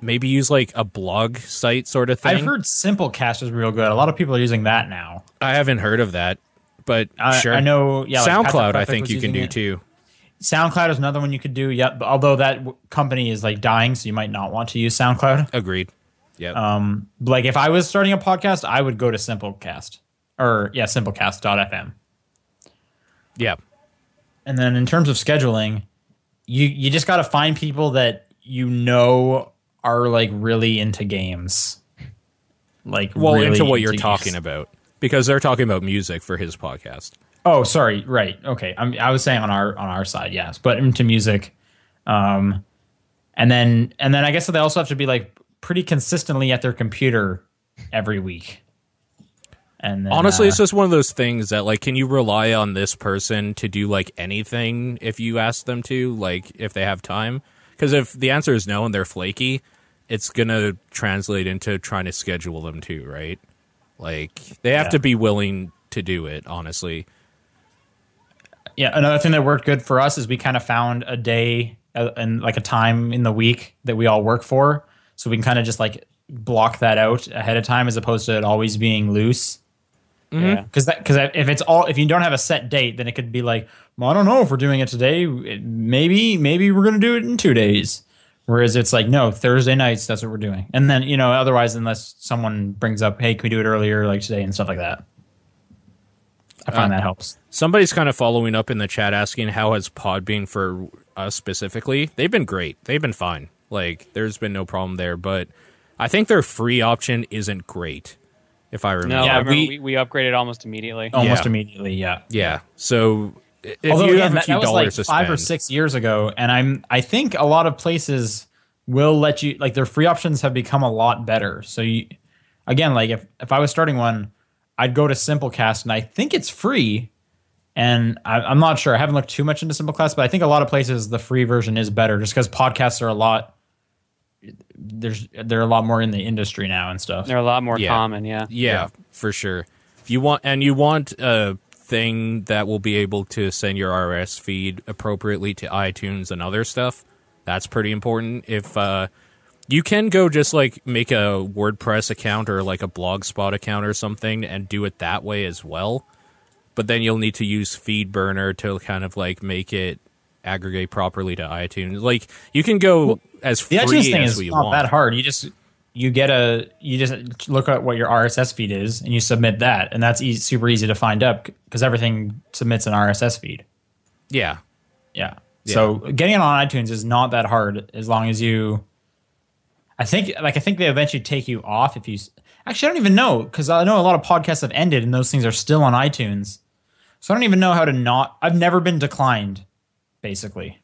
Speaker 1: maybe use like a blog site sort of thing.
Speaker 3: I've heard Simplecast is real good. A lot of people are using that now.
Speaker 1: I haven't heard of that, but
Speaker 3: I,
Speaker 1: sure.
Speaker 3: I know. Yeah, like Patrick
Speaker 1: SoundCloud, I
Speaker 3: Perfect
Speaker 1: think
Speaker 3: was
Speaker 1: you can
Speaker 3: using
Speaker 1: do
Speaker 3: it.
Speaker 1: too.
Speaker 3: SoundCloud is another one you could do. Yep. but Although that w- company is like dying, so you might not want to use SoundCloud.
Speaker 1: Agreed. Yeah,
Speaker 3: Um, like if I was starting a podcast, I would go to Simplecast or yeah, Simplecast.fm.
Speaker 1: yeah,
Speaker 3: And then in terms of scheduling, you you just got to find people that you know are like really into games. Like
Speaker 1: well
Speaker 3: really
Speaker 1: into what you're
Speaker 3: games.
Speaker 1: talking about because they're talking about music for his podcast.
Speaker 3: Oh, sorry. Right. Okay. I'm, I was saying on our on our side, yes, but into music, um, and then and then I guess they also have to be like pretty consistently at their computer every week. And then,
Speaker 1: Honestly,
Speaker 3: uh,
Speaker 1: it's just one of those things that like, can you rely on this person to do like anything if you ask them to, like if they have time? Because if the answer is no and they're flaky, it's gonna translate into trying to schedule them too, right? Like they have
Speaker 3: Yeah.
Speaker 1: to be willing to do it. Honestly,
Speaker 3: yeah, another thing that worked good for us is we kind of found a day uh, and like a time in the week that we all work for, so we can kind of just like block that out ahead of time as opposed to it always being loose.
Speaker 2: Yeah.
Speaker 1: Mm-hmm.
Speaker 3: because that because if it's all if you don't have a set date then it could be like well i don't know if we're doing it today It- maybe maybe we're gonna do it in two days whereas it's like no thursday nights that's what we're doing and then you know otherwise unless someone brings up hey can we do it earlier like today and stuff like that i find that helps
Speaker 1: somebody's kind of following up in the chat asking how has Pod been for us specifically. They've been great. They've been fine. Like there's been no problem there, but I think their free option isn't great. If I remember,
Speaker 2: No,
Speaker 3: Yeah,
Speaker 2: I remember
Speaker 3: we- Oh.
Speaker 2: we, we, upgraded almost immediately.
Speaker 3: almost
Speaker 1: Yeah.
Speaker 3: immediately yeah
Speaker 1: Yeah. So i- if
Speaker 3: Although
Speaker 1: you
Speaker 3: again,
Speaker 1: have a
Speaker 3: that,
Speaker 1: few
Speaker 3: that was
Speaker 1: dollars
Speaker 3: like
Speaker 1: to spend,
Speaker 3: five or six years ago, and I'm I think a lot of places will let you like their free options have become a lot better. So you again, like if if I was starting one, I'd go to Simplecast, and I think it's free. And I, I'm not sure. I haven't looked too much into Simplecast, but I think a lot of places the free version is better, just because podcasts are a lot. There's they're a lot more in the industry now and stuff.
Speaker 2: They're a lot more
Speaker 1: Yeah.
Speaker 2: common, yeah.
Speaker 1: yeah, for sure. If you want, and you want a thing that will be able to send your RS feed appropriately to iTunes and other stuff, that's pretty important. If uh, you can go just like make a WordPress account or like a Blogspot account or something and do it that way as well. But then you'll need to use Feedburner to kind of like make it aggregate properly to iTunes. Like you can go as free
Speaker 3: The iTunes thing
Speaker 1: as
Speaker 3: is
Speaker 1: we
Speaker 3: not
Speaker 1: want.
Speaker 3: that hard. You just you get a you just look at what your RSS feed is and you submit that, and that's easy, super easy to find up because everything submits an RSS feed.
Speaker 1: Yeah,
Speaker 3: Yeah. So getting it on iTunes is not that hard as long as you. I think like I think they eventually take you off if you. s- Actually, I don't even know because I know a lot of podcasts have ended and those things are still on iTunes. So I don't even know how to not. I've never been declined, basically.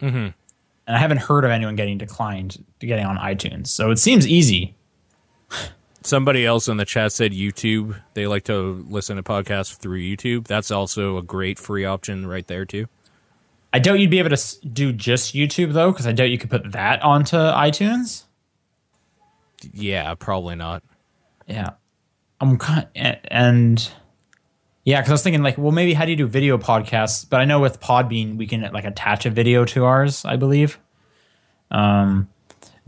Speaker 3: Mm-hmm. And I haven't heard of anyone getting declined to getting on iTunes. So it seems easy.
Speaker 1: somebody else in the chat said YouTube. They like to listen to podcasts through YouTube. That's also a great free option right there too.
Speaker 3: I doubt you'd be able to s- do just YouTube though, because I doubt you could put that onto iTunes.
Speaker 1: Yeah, probably not.
Speaker 3: Yeah, I'm kind and yeah, because I was thinking like, well, maybe how do you do video podcasts? But I know with Podbean we can like attach a video to ours, I believe. Um,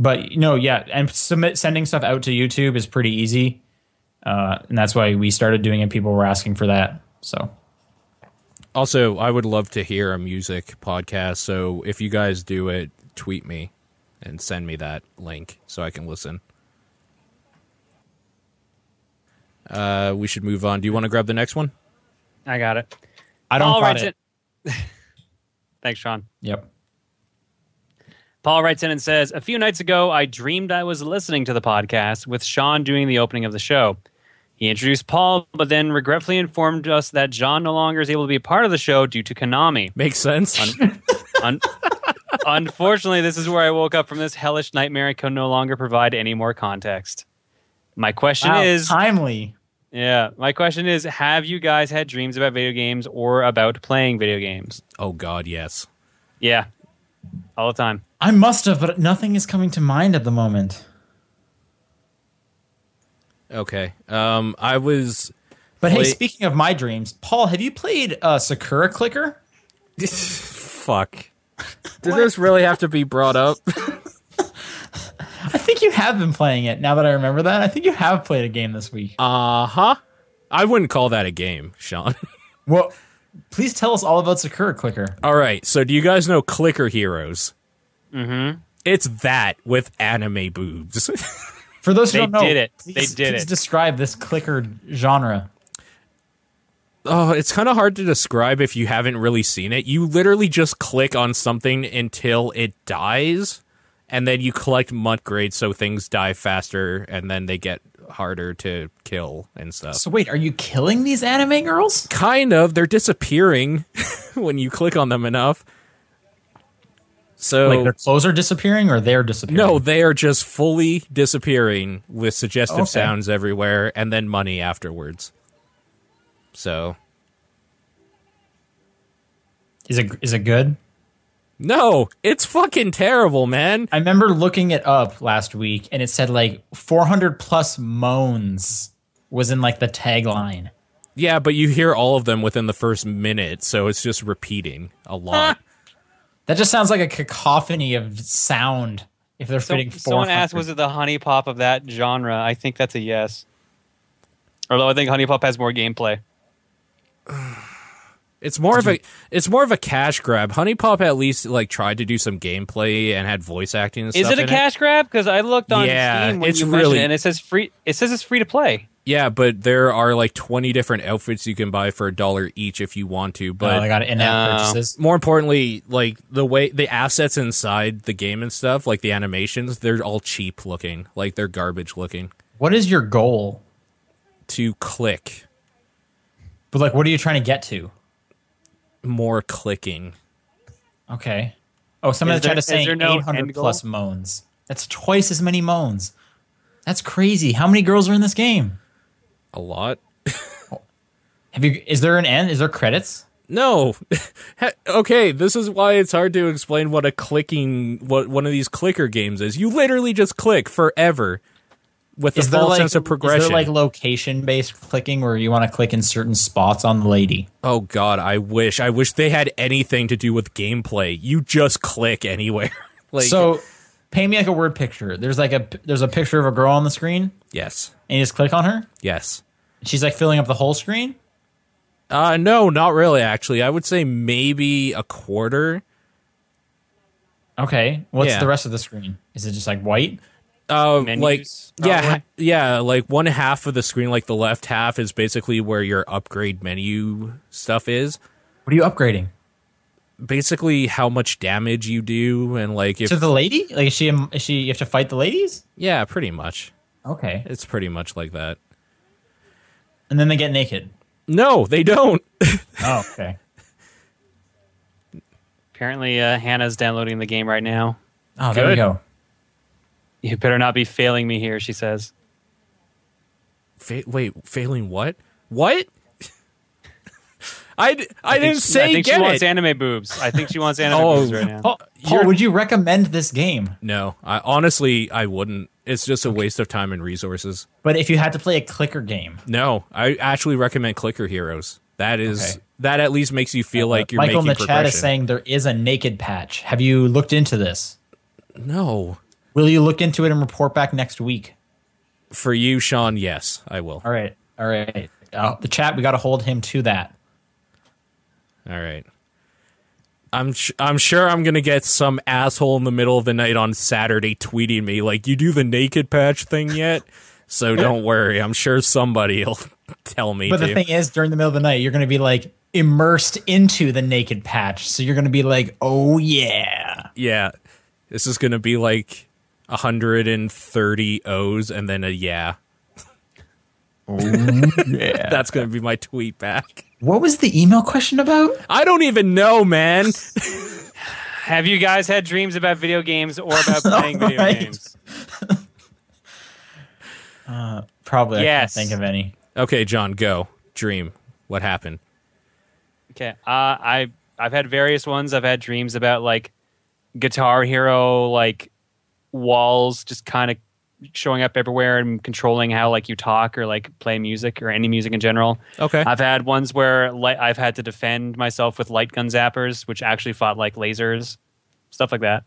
Speaker 3: but no, yeah, and submit sending stuff out to YouTube is pretty easy, uh, and that's why we started doing it. People were asking for that, so
Speaker 1: Also, I would love to hear a music podcast. So if you guys do it, tweet me and send me that link so I can listen. Uh, we should move on. Do you want to grab the next one?
Speaker 2: I got it.
Speaker 3: I don't.
Speaker 2: Paul
Speaker 3: plot
Speaker 2: writes
Speaker 3: it.
Speaker 2: in- Thanks, Sean.
Speaker 3: Yep.
Speaker 2: Paul writes in and says, A few nights ago, I dreamed I was listening to the podcast with Sean doing the opening of the show. He introduced Paul, but then regretfully informed us that John no longer is able to be a part of the show due to Konami.
Speaker 1: Makes sense.
Speaker 2: Un- Unfortunately, this is where I woke up from this hellish nightmare and can no longer provide any more context. My question
Speaker 3: Wow,
Speaker 2: is
Speaker 3: timely.
Speaker 2: Yeah, my question is have you guys had dreams about video games or about playing video games?
Speaker 1: oh God, yes.
Speaker 2: Yeah. All the time.
Speaker 3: I must have, but nothing is coming to mind at the moment.
Speaker 1: Okay. Um, I was
Speaker 3: But hey,
Speaker 1: Wait.
Speaker 3: speaking of my dreams, Paul, have you played uh, Sakura Clicker?
Speaker 1: Fuck. Did this really have to be brought up?
Speaker 3: I think you have been playing it. Now that I remember that, I think you have played a game this week.
Speaker 2: Um,
Speaker 1: Uh huh. I wouldn't call that a game, Sean.
Speaker 3: well, please tell us all about Sakura Clicker.
Speaker 1: All right. So, do you guys know Clicker Heroes?
Speaker 2: Mhm.
Speaker 1: It's that with anime boobs.
Speaker 3: For those who
Speaker 2: They
Speaker 3: don't know,
Speaker 2: did it. They
Speaker 3: Please,
Speaker 2: did
Speaker 3: please
Speaker 2: it.
Speaker 3: Describe this clicker genre.
Speaker 1: oh, it's kind of hard to describe if you haven't really seen it. You literally just click on something until it dies, and then you collect mutt grades so things die faster and then they get harder to kill and stuff.
Speaker 3: So wait, are you killing these anime girls?
Speaker 1: kind of they're disappearing when you click on them enough so
Speaker 3: Like their clothes are disappearing, or they're disappearing?
Speaker 1: no they are just fully disappearing with suggestive
Speaker 3: Okay.
Speaker 1: sounds everywhere and then money afterwards so
Speaker 3: Is it is it good?
Speaker 1: no it's fucking terrible man
Speaker 3: I remember looking it up last week, and it said like 400 plus moans was in like the tagline.
Speaker 1: yeah but you hear all of them within the first minute so it's just repeating a lot
Speaker 3: That just sounds like a cacophony of sound. If they're
Speaker 2: So,
Speaker 3: fitting four,
Speaker 2: someone asked, was it the honey pop of that genre? I think that's a yes. Although I think honey pop has more gameplay.
Speaker 1: It's more of a it's more of a cash grab. Honey Pop at least like tried to do some gameplay and had voice acting. And
Speaker 2: Is
Speaker 1: stuff
Speaker 2: it a
Speaker 1: in
Speaker 2: cash grab? Because I looked on
Speaker 1: Yeah,
Speaker 2: Steam when
Speaker 1: it's
Speaker 2: you mentioned
Speaker 1: really-
Speaker 2: it, and it says free. It says it's free to play.
Speaker 1: Yeah, but there are like 20 different outfits you can buy for a dollar each if you want to.
Speaker 3: Oh,
Speaker 1: But
Speaker 3: they got in-app
Speaker 2: No.
Speaker 3: purchases.
Speaker 1: more importantly, like the way the assets inside the game and stuff, like the animations, they're all cheap looking. Like they're garbage looking
Speaker 3: What is your goal?
Speaker 1: to click
Speaker 3: But like, what are you trying to get to?
Speaker 1: more clicking.
Speaker 3: Okay. Oh,
Speaker 2: Is
Speaker 3: someone in the chat
Speaker 2: there-
Speaker 3: is
Speaker 2: is
Speaker 3: saying
Speaker 2: there no
Speaker 3: 800
Speaker 2: end goal?
Speaker 3: plus moans. That's twice as many moans. That's crazy. How many girls are in this game?
Speaker 1: A lot.
Speaker 3: Have you? Is there an end? Is there credits?
Speaker 1: No. He- okay, this is why it's hard to explain what a clicking what one of these clicker games is. You literally just click forever with the
Speaker 3: Is there
Speaker 1: false
Speaker 3: like
Speaker 1: sense of
Speaker 3: Is
Speaker 1: progression.
Speaker 3: there like location based clicking where you want to click in certain spots on the lady?
Speaker 1: Oh god, I wish. I wish they had anything to do with gameplay. You just click anywhere. like
Speaker 3: so, paint me like a word picture. There's like a there's a picture of a girl on the screen,
Speaker 1: yes.
Speaker 3: and you just click on her.
Speaker 1: Yes.
Speaker 3: She's like filling up the whole screen.
Speaker 1: Uh no, not really actually. I would say maybe a quarter.
Speaker 3: Okay. What's
Speaker 1: Yeah.
Speaker 3: the rest of the screen? Is it just like white?
Speaker 1: Uh like
Speaker 2: Menus,
Speaker 1: yeah,
Speaker 2: probably.
Speaker 1: ha- yeah, like one half of the screen like the left half is basically where your upgrade menu stuff is.
Speaker 3: What are you upgrading?
Speaker 1: Basically how much damage you do and like if
Speaker 3: To the lady? Like is she is she you have to fight the ladies?
Speaker 1: yeah, pretty much.
Speaker 3: Okay.
Speaker 1: It's pretty much like that.
Speaker 3: And then they get naked.
Speaker 1: No, they don't.
Speaker 3: Oh, okay.
Speaker 2: Apparently, uh, Hannah's downloading the game right now.
Speaker 3: Oh, there we
Speaker 1: Good.
Speaker 3: go.
Speaker 2: You better not be failing me here, she says.
Speaker 1: fa- wait, failing what? What? I, d- I, didn't
Speaker 2: think she-
Speaker 1: say
Speaker 2: I think
Speaker 1: get
Speaker 2: she wants
Speaker 1: it.
Speaker 2: anime boobs. I think she wants anime
Speaker 1: Oh.
Speaker 2: boobs right now.
Speaker 3: Paul, Paul,
Speaker 1: You're-
Speaker 3: would you recommend this game?
Speaker 1: no, I honestly I wouldn't. It's just a waste of time and resources.
Speaker 3: But if you had to play a clicker game,
Speaker 1: No, I actually recommend Clicker Heroes. That is
Speaker 3: Okay.
Speaker 1: that at least makes you
Speaker 2: Uh,
Speaker 1: feel like you're
Speaker 3: Michael in
Speaker 1: making
Speaker 3: the chat is
Speaker 1: progression.
Speaker 3: saying there is a naked patch. Have you looked into this?
Speaker 1: no.
Speaker 3: Will you look into it and report back next week?
Speaker 1: For you, Sean, yes, I will.
Speaker 3: All right, all right. Uh, the chat, we got to hold him to that.
Speaker 1: All right. I'm sh- I'm sure I'm gonna get some asshole in the middle of the night on Saturday tweeting me like, "You do the naked patch thing yet?" so don't worry, I'm sure somebody'll tell me.
Speaker 3: But
Speaker 1: to.
Speaker 3: the thing is, during the middle of the night, you're going to be like immersed into the naked patch. So you're going to be like, oh yeah.
Speaker 1: yeah, this is gonna be like 130 O's and then a yeah.
Speaker 3: Oh, yeah.
Speaker 1: That's gonna be my tweet back.
Speaker 3: What was the email question about?
Speaker 1: I don't even know, man.
Speaker 2: Have you guys had dreams about video games or about playing video
Speaker 3: Right.
Speaker 2: games?
Speaker 3: Probably. I can't
Speaker 2: Yes.
Speaker 3: think of any.
Speaker 1: Okay, John, go. Dream. What happened?
Speaker 2: Okay, uh, I I've had various ones. I've had dreams about like Guitar Hero, like walls just kind of showing up everywhere and controlling how like you talk or like play music or any music in general.
Speaker 1: Okay.
Speaker 2: I've had ones where li- I've had to defend myself with light gun zappers, which actually fought like lasers, stuff like that.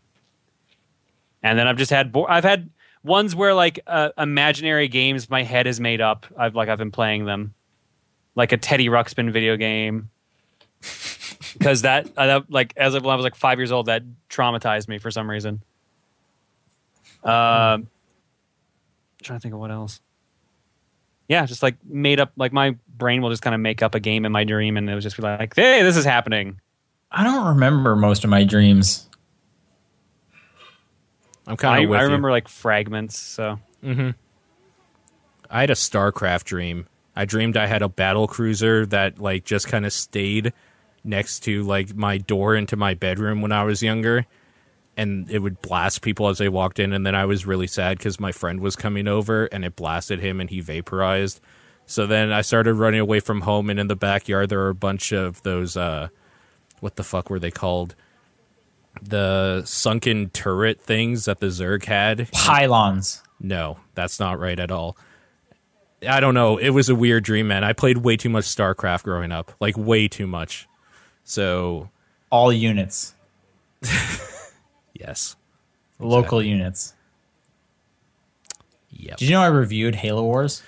Speaker 2: And then I've just had bo- I've had ones where like uh, imaginary games my head is made up. I've like I've been playing them, like a Teddy Ruxpin video game, because that, uh, that like as of when I was like five years old, that traumatized me for some reason. Um, trying to think of what else yeah, just like made up. Like my brain will just kind of make up a game in my dream, and it would just be like, "Hey, this is happening."
Speaker 3: I don't remember most of my dreams.
Speaker 1: I'm
Speaker 2: I,
Speaker 1: kind of with
Speaker 2: I
Speaker 1: you.
Speaker 2: remember like fragments. So
Speaker 1: I had a StarCraft dream. I dreamed I had a battle cruiser that like just kind of stayed next to like my door into my bedroom when I was younger and it would blast people as they walked in and then I was really sad cuz my friend was coming over and it blasted him and he vaporized. So then I started running away from home and in the backyard there were a bunch of those uh what the fuck were they called? The sunken turret things that the Zerg had.
Speaker 3: Pylons.
Speaker 1: No, that's not right at all. I don't know. It was a weird dream, man. I played way too much StarCraft growing up, like way too much. So,
Speaker 3: All units.
Speaker 1: yes.
Speaker 3: Local units.
Speaker 1: Yep.
Speaker 3: Did you know I reviewed Halo Wars?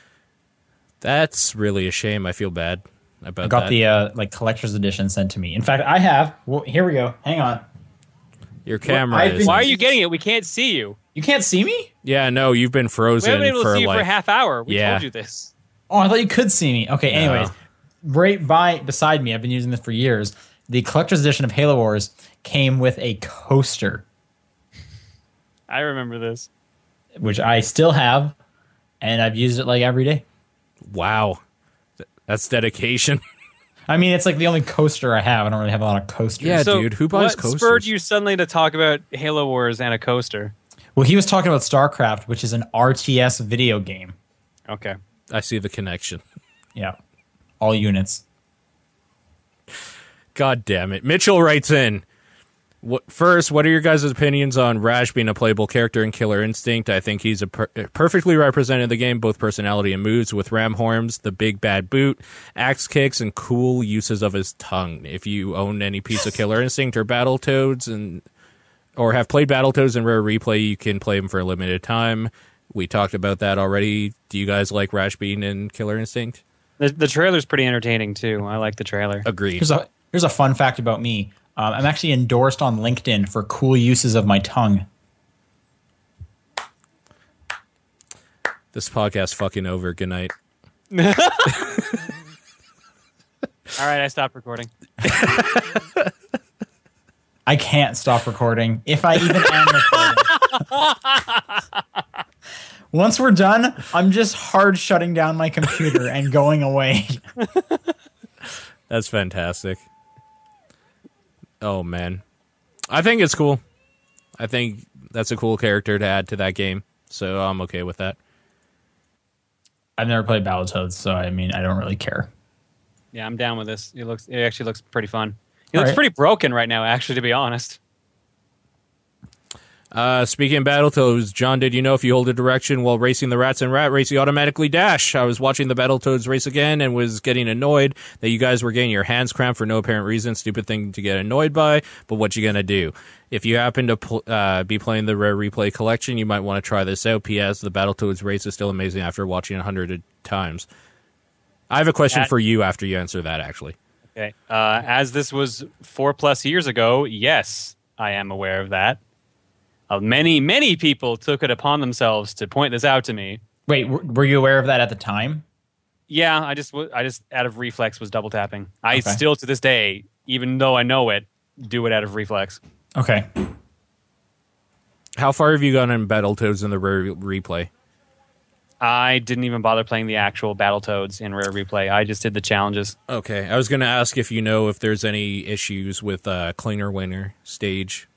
Speaker 1: That's really a shame. I feel bad about
Speaker 3: I got
Speaker 1: that.
Speaker 3: the uh, like collector's edition sent to me. In fact, I have. Well, here we go. Hang on.
Speaker 1: Your camera
Speaker 3: I've been-
Speaker 1: is.
Speaker 2: why are you getting it? We can't see you.
Speaker 3: You can't see me?
Speaker 1: Yeah, no, you've been
Speaker 2: We
Speaker 1: frozen
Speaker 2: haven't been able to
Speaker 1: for
Speaker 2: see you for a
Speaker 1: like.
Speaker 2: half hour. We
Speaker 1: Yeah.
Speaker 2: told you this.
Speaker 3: Oh, I thought you could see me. Okay, anyways. Right by beside me, I've been using this for years. The collector's edition of Halo Wars came with a coaster,
Speaker 2: I remember this.
Speaker 3: which I still have, and I've used it like every day.
Speaker 1: wow. Th- That's dedication.
Speaker 3: I mean, it's like the only coaster I have. I don't really have a lot of coasters.
Speaker 1: Yeah, dude, who buys
Speaker 2: what spurred
Speaker 1: coasters?
Speaker 2: you suddenly to talk about Halo Wars and a coaster?
Speaker 3: Well, he was talking about StarCraft, which is an RTS video game.
Speaker 2: Okay,
Speaker 1: I see the connection.
Speaker 3: Yeah. All units.
Speaker 1: God damn it. Mitchell writes in. What, first, what are your guys' opinions on Raj being a playable character in Killer Instinct? I think he's a per- perfectly represented in the game, both personality and moves, with ram horns, the big bad boot, axe kicks, and cool uses of his tongue. If you own any piece of Killer Instinct or Battletoads and or have played Battletoads in Rare Replay, you can play him for a limited time. We talked about that already. Do you guys like Raj being in Killer Instinct?
Speaker 2: the, the trailer's pretty entertaining too. I like the trailer.
Speaker 1: Agreed.
Speaker 3: Here's a here's a fun fact about me. Um, I'm actually endorsed on LinkedIn for cool uses of my tongue.
Speaker 1: This podcast fucking over. Good night.
Speaker 2: All right, I stopped recording.
Speaker 3: I can't stop recording if I even am recording. Once we're done, I'm just hard shutting down my computer and going away.
Speaker 1: That's fantastic. Oh man. I think it's cool. I think that's a cool character to add to that game. So I'm okay with that.
Speaker 3: I've never played Battletoads, so I mean, I don't really care.
Speaker 2: Yeah, I'm down with this. It looks it actually looks pretty fun. It
Speaker 3: All
Speaker 2: looks
Speaker 3: right.
Speaker 2: pretty broken right now, actually, to be honest.
Speaker 1: Uh, speaking of Battletoads, John, did you know if you hold a direction while racing the rats and rat race, you automatically dash? I was watching the Battletoads race again and was getting annoyed that you guys were getting your hands cramped for no apparent reason. Stupid thing to get annoyed by, but what you gonna do? If you happen to pl- uh, be playing the Rare Replay Collection, you might want to try this out. P.S. The Battletoads race is still amazing after watching it a hundred times. I have a question
Speaker 2: That-
Speaker 1: for you after you answer that, actually.
Speaker 2: Okay. Uh, as this was four plus years ago, yes, I am aware of that. Uh, many, many people took it upon themselves to point this out to me.
Speaker 3: Wait, were, were you aware of that at the time?
Speaker 2: Yeah, I just, wa- I just out of reflex was double tapping. I
Speaker 3: Okay.
Speaker 2: still to this day, even though I know it, do it out of reflex.
Speaker 3: Okay.
Speaker 1: How far have you gone in Battletoads in the Rare Replay?
Speaker 2: I didn't even bother playing the actual Battletoads in Rare Replay. I just did the challenges.
Speaker 1: Okay, I was going to ask if you know if there's any issues with uh, Clinger Winner stage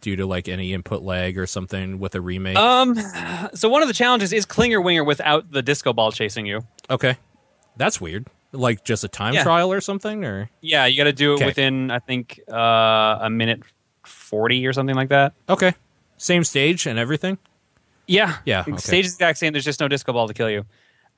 Speaker 1: due to like any input lag or something with a remake.
Speaker 2: Um, so one of the challenges is Klinger Winger without the disco ball chasing you.
Speaker 1: okay, that's weird. Like just a time
Speaker 2: Yeah.
Speaker 1: trial or something, or
Speaker 2: Yeah, you got to do it
Speaker 1: Okay.
Speaker 2: within, I think, uh, a minute forty or something like that.
Speaker 1: okay, same stage and everything.
Speaker 2: Yeah,
Speaker 1: Yeah,
Speaker 2: The
Speaker 1: okay.
Speaker 2: Stage is the exact same. There's just no disco ball to kill you.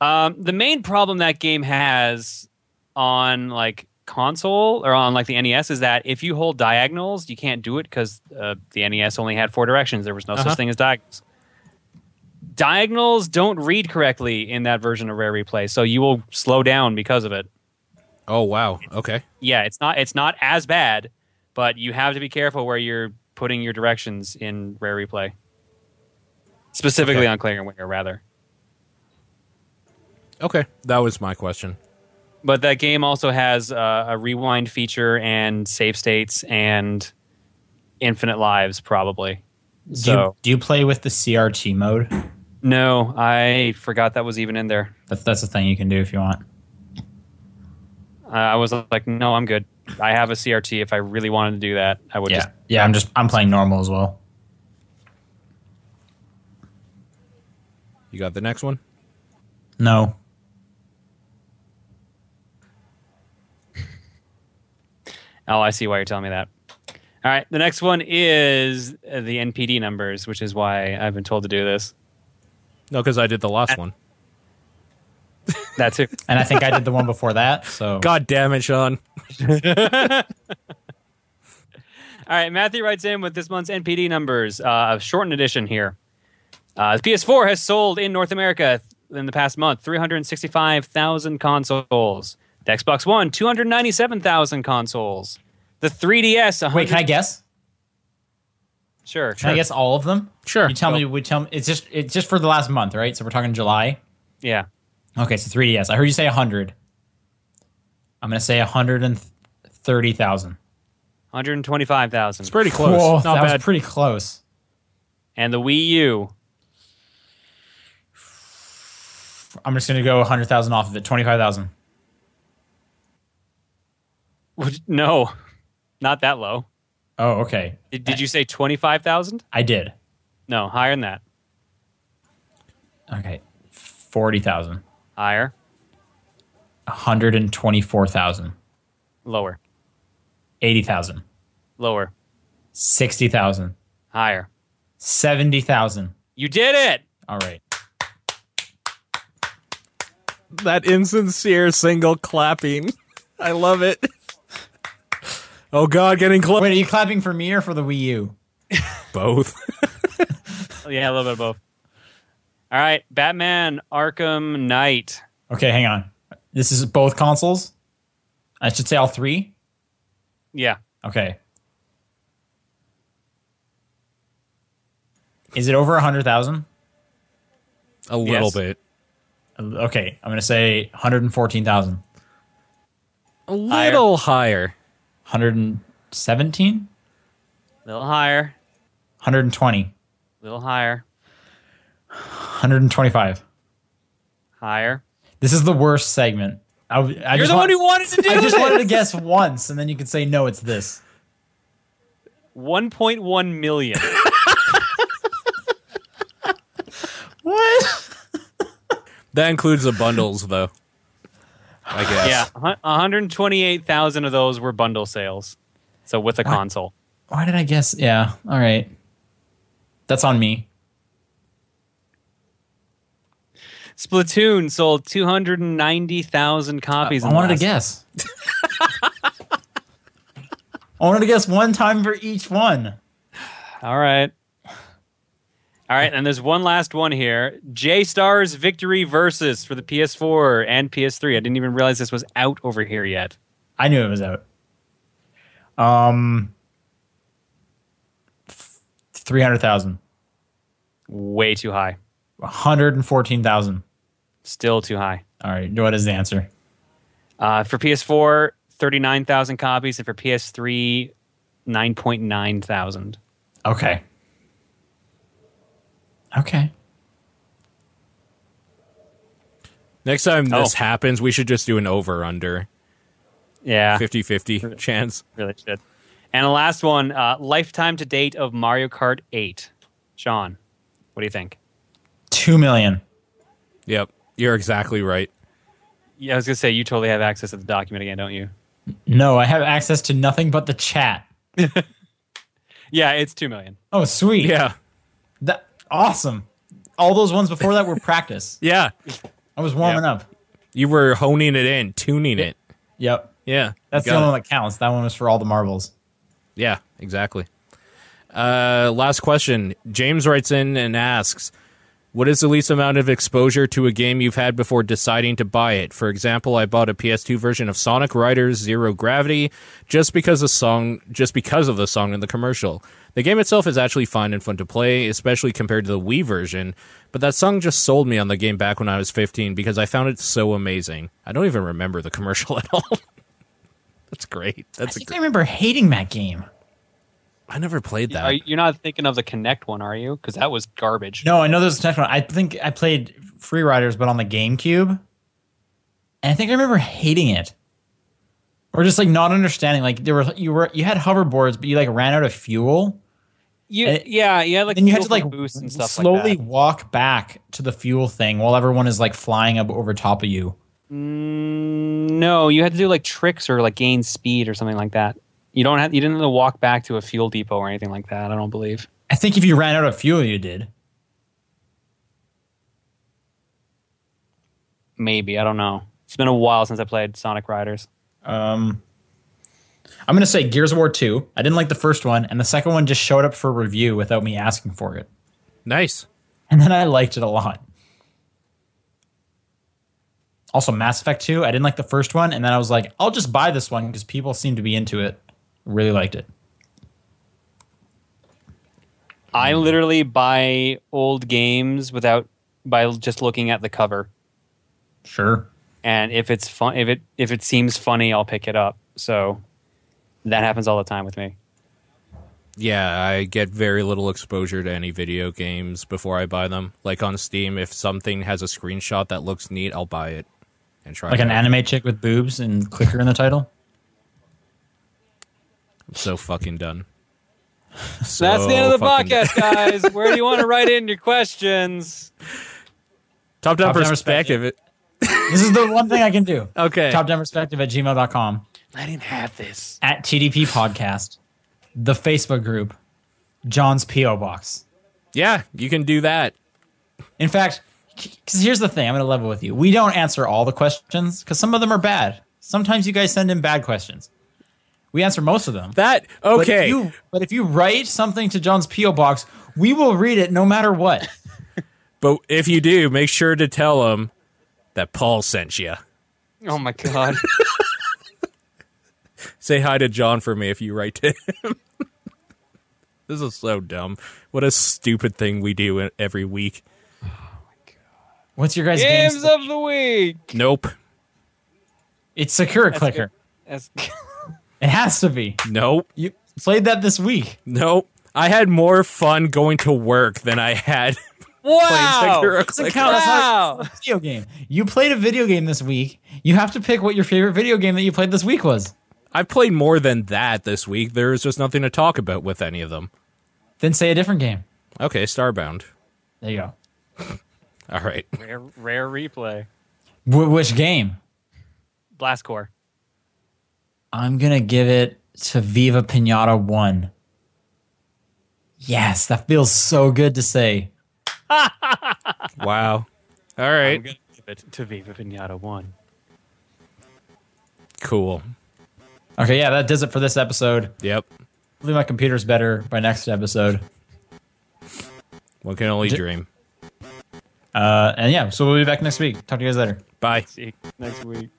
Speaker 2: Um, the main problem that game has on like console or on like the NES is that if you hold diagonals, you can't do it because uh, the NES only had four directions. There was no
Speaker 1: Uh-huh.
Speaker 2: such thing as diagonals. Diagonals don't read correctly in that version of Rare Replay, so you will slow down because of it.
Speaker 1: Oh wow, okay,
Speaker 2: yeah, it's not it's not as bad, but you have to be careful where you're putting your directions in rare replay. Specifically
Speaker 1: Okay.
Speaker 2: on Clinger Winger, rather.
Speaker 1: okay. That was my question.
Speaker 2: But that game also has uh, a rewind feature and save states and infinite lives, probably.
Speaker 3: Do you,
Speaker 2: So
Speaker 3: do you play with the CRT mode?
Speaker 2: no, I forgot that was even in there.
Speaker 3: That's that's a thing you can do if you want.
Speaker 2: Uh, I was like, no, I'm good. I have a CRT. If I really wanted to do that, I would just.
Speaker 3: yeah. I'm just I'm playing normal as well.
Speaker 1: You got the next one.
Speaker 3: No.
Speaker 2: Oh, I see why you're telling me that. All right, the next one is uh, the NPD numbers, which is why I've been told to do this.
Speaker 1: No, because I did the last one.
Speaker 2: That too.
Speaker 3: And I think I did the one before that. So
Speaker 1: God damn it, Sean.
Speaker 2: All right, Matthew writes in with this month's NPD numbers, uh, a shortened edition here. Uh, the PS4 has sold in North America in the past month 365,000 consoles. The Xbox One, 297,000 consoles. The 3DS, 100-
Speaker 3: wait, can I guess?
Speaker 2: Sure.
Speaker 3: Can I guess all of them?
Speaker 1: Sure.
Speaker 3: You tell me. We tell me. It's just it's just for the last month, right? So we're talking July.
Speaker 2: Yeah.
Speaker 3: Okay, so 3DS. I heard you say 100. I'm gonna say 130,000.
Speaker 2: 125,000.
Speaker 1: It's pretty close.
Speaker 3: Whoa,
Speaker 1: Not
Speaker 3: that
Speaker 1: bad.
Speaker 3: was pretty close.
Speaker 2: and the Wii U,
Speaker 3: I'm just gonna go 100,000 off of it. 25,000.
Speaker 2: Which- no, not that low.
Speaker 3: Oh, okay.
Speaker 2: Did, did you say 25,000?
Speaker 3: I did.
Speaker 2: No, higher than that.
Speaker 3: Okay, 40,000.
Speaker 2: Higher,
Speaker 3: 124,000.
Speaker 2: lower,
Speaker 3: 80,000.
Speaker 2: lower,
Speaker 3: 60,000.
Speaker 2: higher.
Speaker 3: 70,000.
Speaker 2: You did it.
Speaker 3: All right.
Speaker 1: that insincere single clapping. I love it. Oh God, getting close.
Speaker 3: Wait, are you clapping for me or for the Wii U?
Speaker 1: Both.
Speaker 2: Yeah, a little bit of both. All right, Batman Arkham Knight.
Speaker 3: Okay, hang on. This is both consoles? I should say all three?
Speaker 2: Yeah.
Speaker 3: Okay. Is it over 100,000?
Speaker 1: A little
Speaker 2: Yes.
Speaker 1: bit.
Speaker 3: Okay, I'm going to say 114,000.
Speaker 1: A little higher.
Speaker 3: 117?
Speaker 2: A little higher,
Speaker 3: 120.
Speaker 2: a little higher,
Speaker 3: 125.
Speaker 2: higher.
Speaker 3: This is the worst segment. I, w- I
Speaker 2: You're
Speaker 3: just
Speaker 2: the one
Speaker 3: want-
Speaker 2: who wanted to do
Speaker 3: I just
Speaker 2: this.
Speaker 3: wanted to guess once, and then you could say no, it's this.
Speaker 2: 1.1 million.
Speaker 3: What?
Speaker 1: That includes the bundles, though. I guess.
Speaker 2: Yeah, hun- 128,000 of those were bundle sales. So with a console.
Speaker 3: Why did I guess? Yeah. All right. That's on me.
Speaker 2: Splatoon sold 290,000 copies.
Speaker 3: I
Speaker 2: in the
Speaker 3: wanted to
Speaker 2: last-
Speaker 3: guess. I wanted to guess one time for each one.
Speaker 2: All right. All right, and there's one last one here. J Stars Victory Versus for the PS4 and PS3. I didn't even realize this was out over here yet.
Speaker 3: I knew it was out. Um, three hundred thousand.
Speaker 2: Way too high.
Speaker 3: One hundred and fourteen thousand.
Speaker 2: Still too high.
Speaker 3: All right. What is the answer?
Speaker 2: Uh, for PS4, 39,000 copies, and for PS3, 9.9 thousand.
Speaker 3: Okay. Okay.
Speaker 1: Next time this
Speaker 2: Oh.
Speaker 1: happens, we should just do an over under
Speaker 2: Yeah,
Speaker 1: 50 50 chance.
Speaker 2: really should. And the last one, uh, lifetime to date of Mario Kart 8. Sean, what do you think?
Speaker 3: Two million.
Speaker 1: Yep. You're exactly right.
Speaker 2: Yeah, I was gonna say you totally have access to the document again, don't you?
Speaker 3: No, I have access to nothing but the chat.
Speaker 2: Yeah, it's two million.
Speaker 3: Oh, sweet.
Speaker 1: Yeah.
Speaker 3: That awesome. All those ones before that were practice.
Speaker 1: Yeah.
Speaker 3: I was warming up.
Speaker 1: You were honing it in, tuning it.
Speaker 3: Yep.
Speaker 1: Yeah.
Speaker 3: That's
Speaker 1: You
Speaker 3: the
Speaker 1: got
Speaker 3: only
Speaker 1: it.
Speaker 3: one that counts. That one was for all the marbles.
Speaker 1: Yeah, exactly. Uh, last question. James writes in and asks, "What is the least amount of exposure to a game you've had before deciding to buy it? For example, I bought a PS2 version of Sonic Riders Zero Gravity just because the song, just because of the song in the commercial. The game itself is actually fun and fun to play, especially compared to the Wii version. But that song just sold me on the game back when I was 15 because I found it so amazing. I don't even remember the commercial at all. That's great.
Speaker 3: I
Speaker 1: That's a
Speaker 3: think
Speaker 1: gr-
Speaker 3: I remember hating that game.
Speaker 1: I never played that.
Speaker 2: Are, you're not thinking of the Connect one, are you? Because that was garbage.
Speaker 3: No, I know there's a next one. I think I played Free Riders, but on the GameCube. And I think I remember hating it. Or just like not understanding. Like there were you were you had hoverboards, but you like ran out of fuel.
Speaker 2: You,
Speaker 3: And-
Speaker 2: yeah, yeah. Like
Speaker 3: and you had
Speaker 2: fuel
Speaker 3: to like
Speaker 2: for boost and stuff
Speaker 3: slowly
Speaker 2: Like that.
Speaker 3: walk back to the fuel thing while everyone is like flying up over top of you.
Speaker 2: Mm, no, you had to do like tricks or like gain speed or something like that. You don't have. You didn't have to walk back to a fuel depot or anything like that. I don't believe.
Speaker 3: I think if you ran out of fuel, you did.
Speaker 2: Maybe I don't know. It's been a while since I played Sonic Riders.
Speaker 3: Um, I'm gonna say Gears of War Two. I didn't like the first one, and the second one just showed up for review without me asking for it,
Speaker 1: Nice.
Speaker 3: and then I liked it a lot. Also, Mass Effect Two. I didn't like the first one, and then I was like, I'll just buy this one because people seem to be into it. Really liked it.
Speaker 2: I literally buy old games without by just looking at the cover.
Speaker 3: Sure.
Speaker 2: and if it's fun if it if it seems funny i'll pick it up so that happens all the time with me
Speaker 1: Yeah, I get very little exposure to any video games before I buy them. Like on Steam, if something has a screenshot that looks neat, I'll buy it and try.
Speaker 3: Like
Speaker 1: it
Speaker 3: an
Speaker 1: out.
Speaker 3: anime chick with boobs and clicker in the title.
Speaker 1: I'm so fucking done.
Speaker 2: that's the end
Speaker 1: So
Speaker 2: of the
Speaker 1: fucking-
Speaker 2: podcast guys where do you want to write in your questions
Speaker 1: Top down
Speaker 3: Top-down
Speaker 1: perspective.
Speaker 3: This is the one thing I can do.
Speaker 1: Okay.
Speaker 3: Top down perspective at gmail.com.
Speaker 2: i didn't have this
Speaker 3: at TDP Podcast, the Facebook group, John's PO Box.
Speaker 1: yeah, you can do that.
Speaker 3: In fact, because here's the thing, I'm going to level with you. We don't answer all the questions because some of them are bad. Sometimes you guys send in bad questions. We answer most of them.
Speaker 1: That
Speaker 3: But if
Speaker 1: okay?
Speaker 3: you- but if you write something to John's PO Box, we will read it no matter what.
Speaker 1: but if you do, make sure to tell them that Paul sent you.
Speaker 2: oh my god
Speaker 1: Say hi to John for me if you write to him. this is so dumb. What a stupid thing we do e-, every week.
Speaker 3: What's your guys'
Speaker 2: games
Speaker 3: games?
Speaker 2: of the week
Speaker 1: Nope.
Speaker 3: It's Secure Clicker.
Speaker 2: That's-
Speaker 3: It has to be.
Speaker 1: Nope.
Speaker 3: You played that this week.
Speaker 1: No, I had more fun going to work than I had
Speaker 2: wow
Speaker 1: playing Sekiro
Speaker 3: Doesn't
Speaker 1: Clicker.
Speaker 3: count. That's not-
Speaker 2: wow
Speaker 3: video game. You played a video game this week. You have to pick what your favorite video game that you played this week was.
Speaker 1: I played more than that this week. There's just nothing to talk about with any of them.
Speaker 3: Then say a different game.
Speaker 1: Okay, Starbound.
Speaker 3: There you go.
Speaker 1: All right.
Speaker 2: Rare, rare replay.
Speaker 3: Wh- which game?
Speaker 2: Blastcore.
Speaker 3: I'm gonna give it to Viva Pinata One. Yes, that feels so good to say.
Speaker 1: Wow. All right.
Speaker 2: I'm gonna give it to Viva Pinata One.
Speaker 1: Cool.
Speaker 3: Okay, yeah, that does it for this episode.
Speaker 1: Yep.
Speaker 3: Hopefully, my computer's better by next episode.
Speaker 1: One can only
Speaker 3: J-
Speaker 1: dream.
Speaker 3: Uh, and yeah, so we'll be back next week. Talk to you guys later.
Speaker 1: Bye.
Speaker 2: See you next week.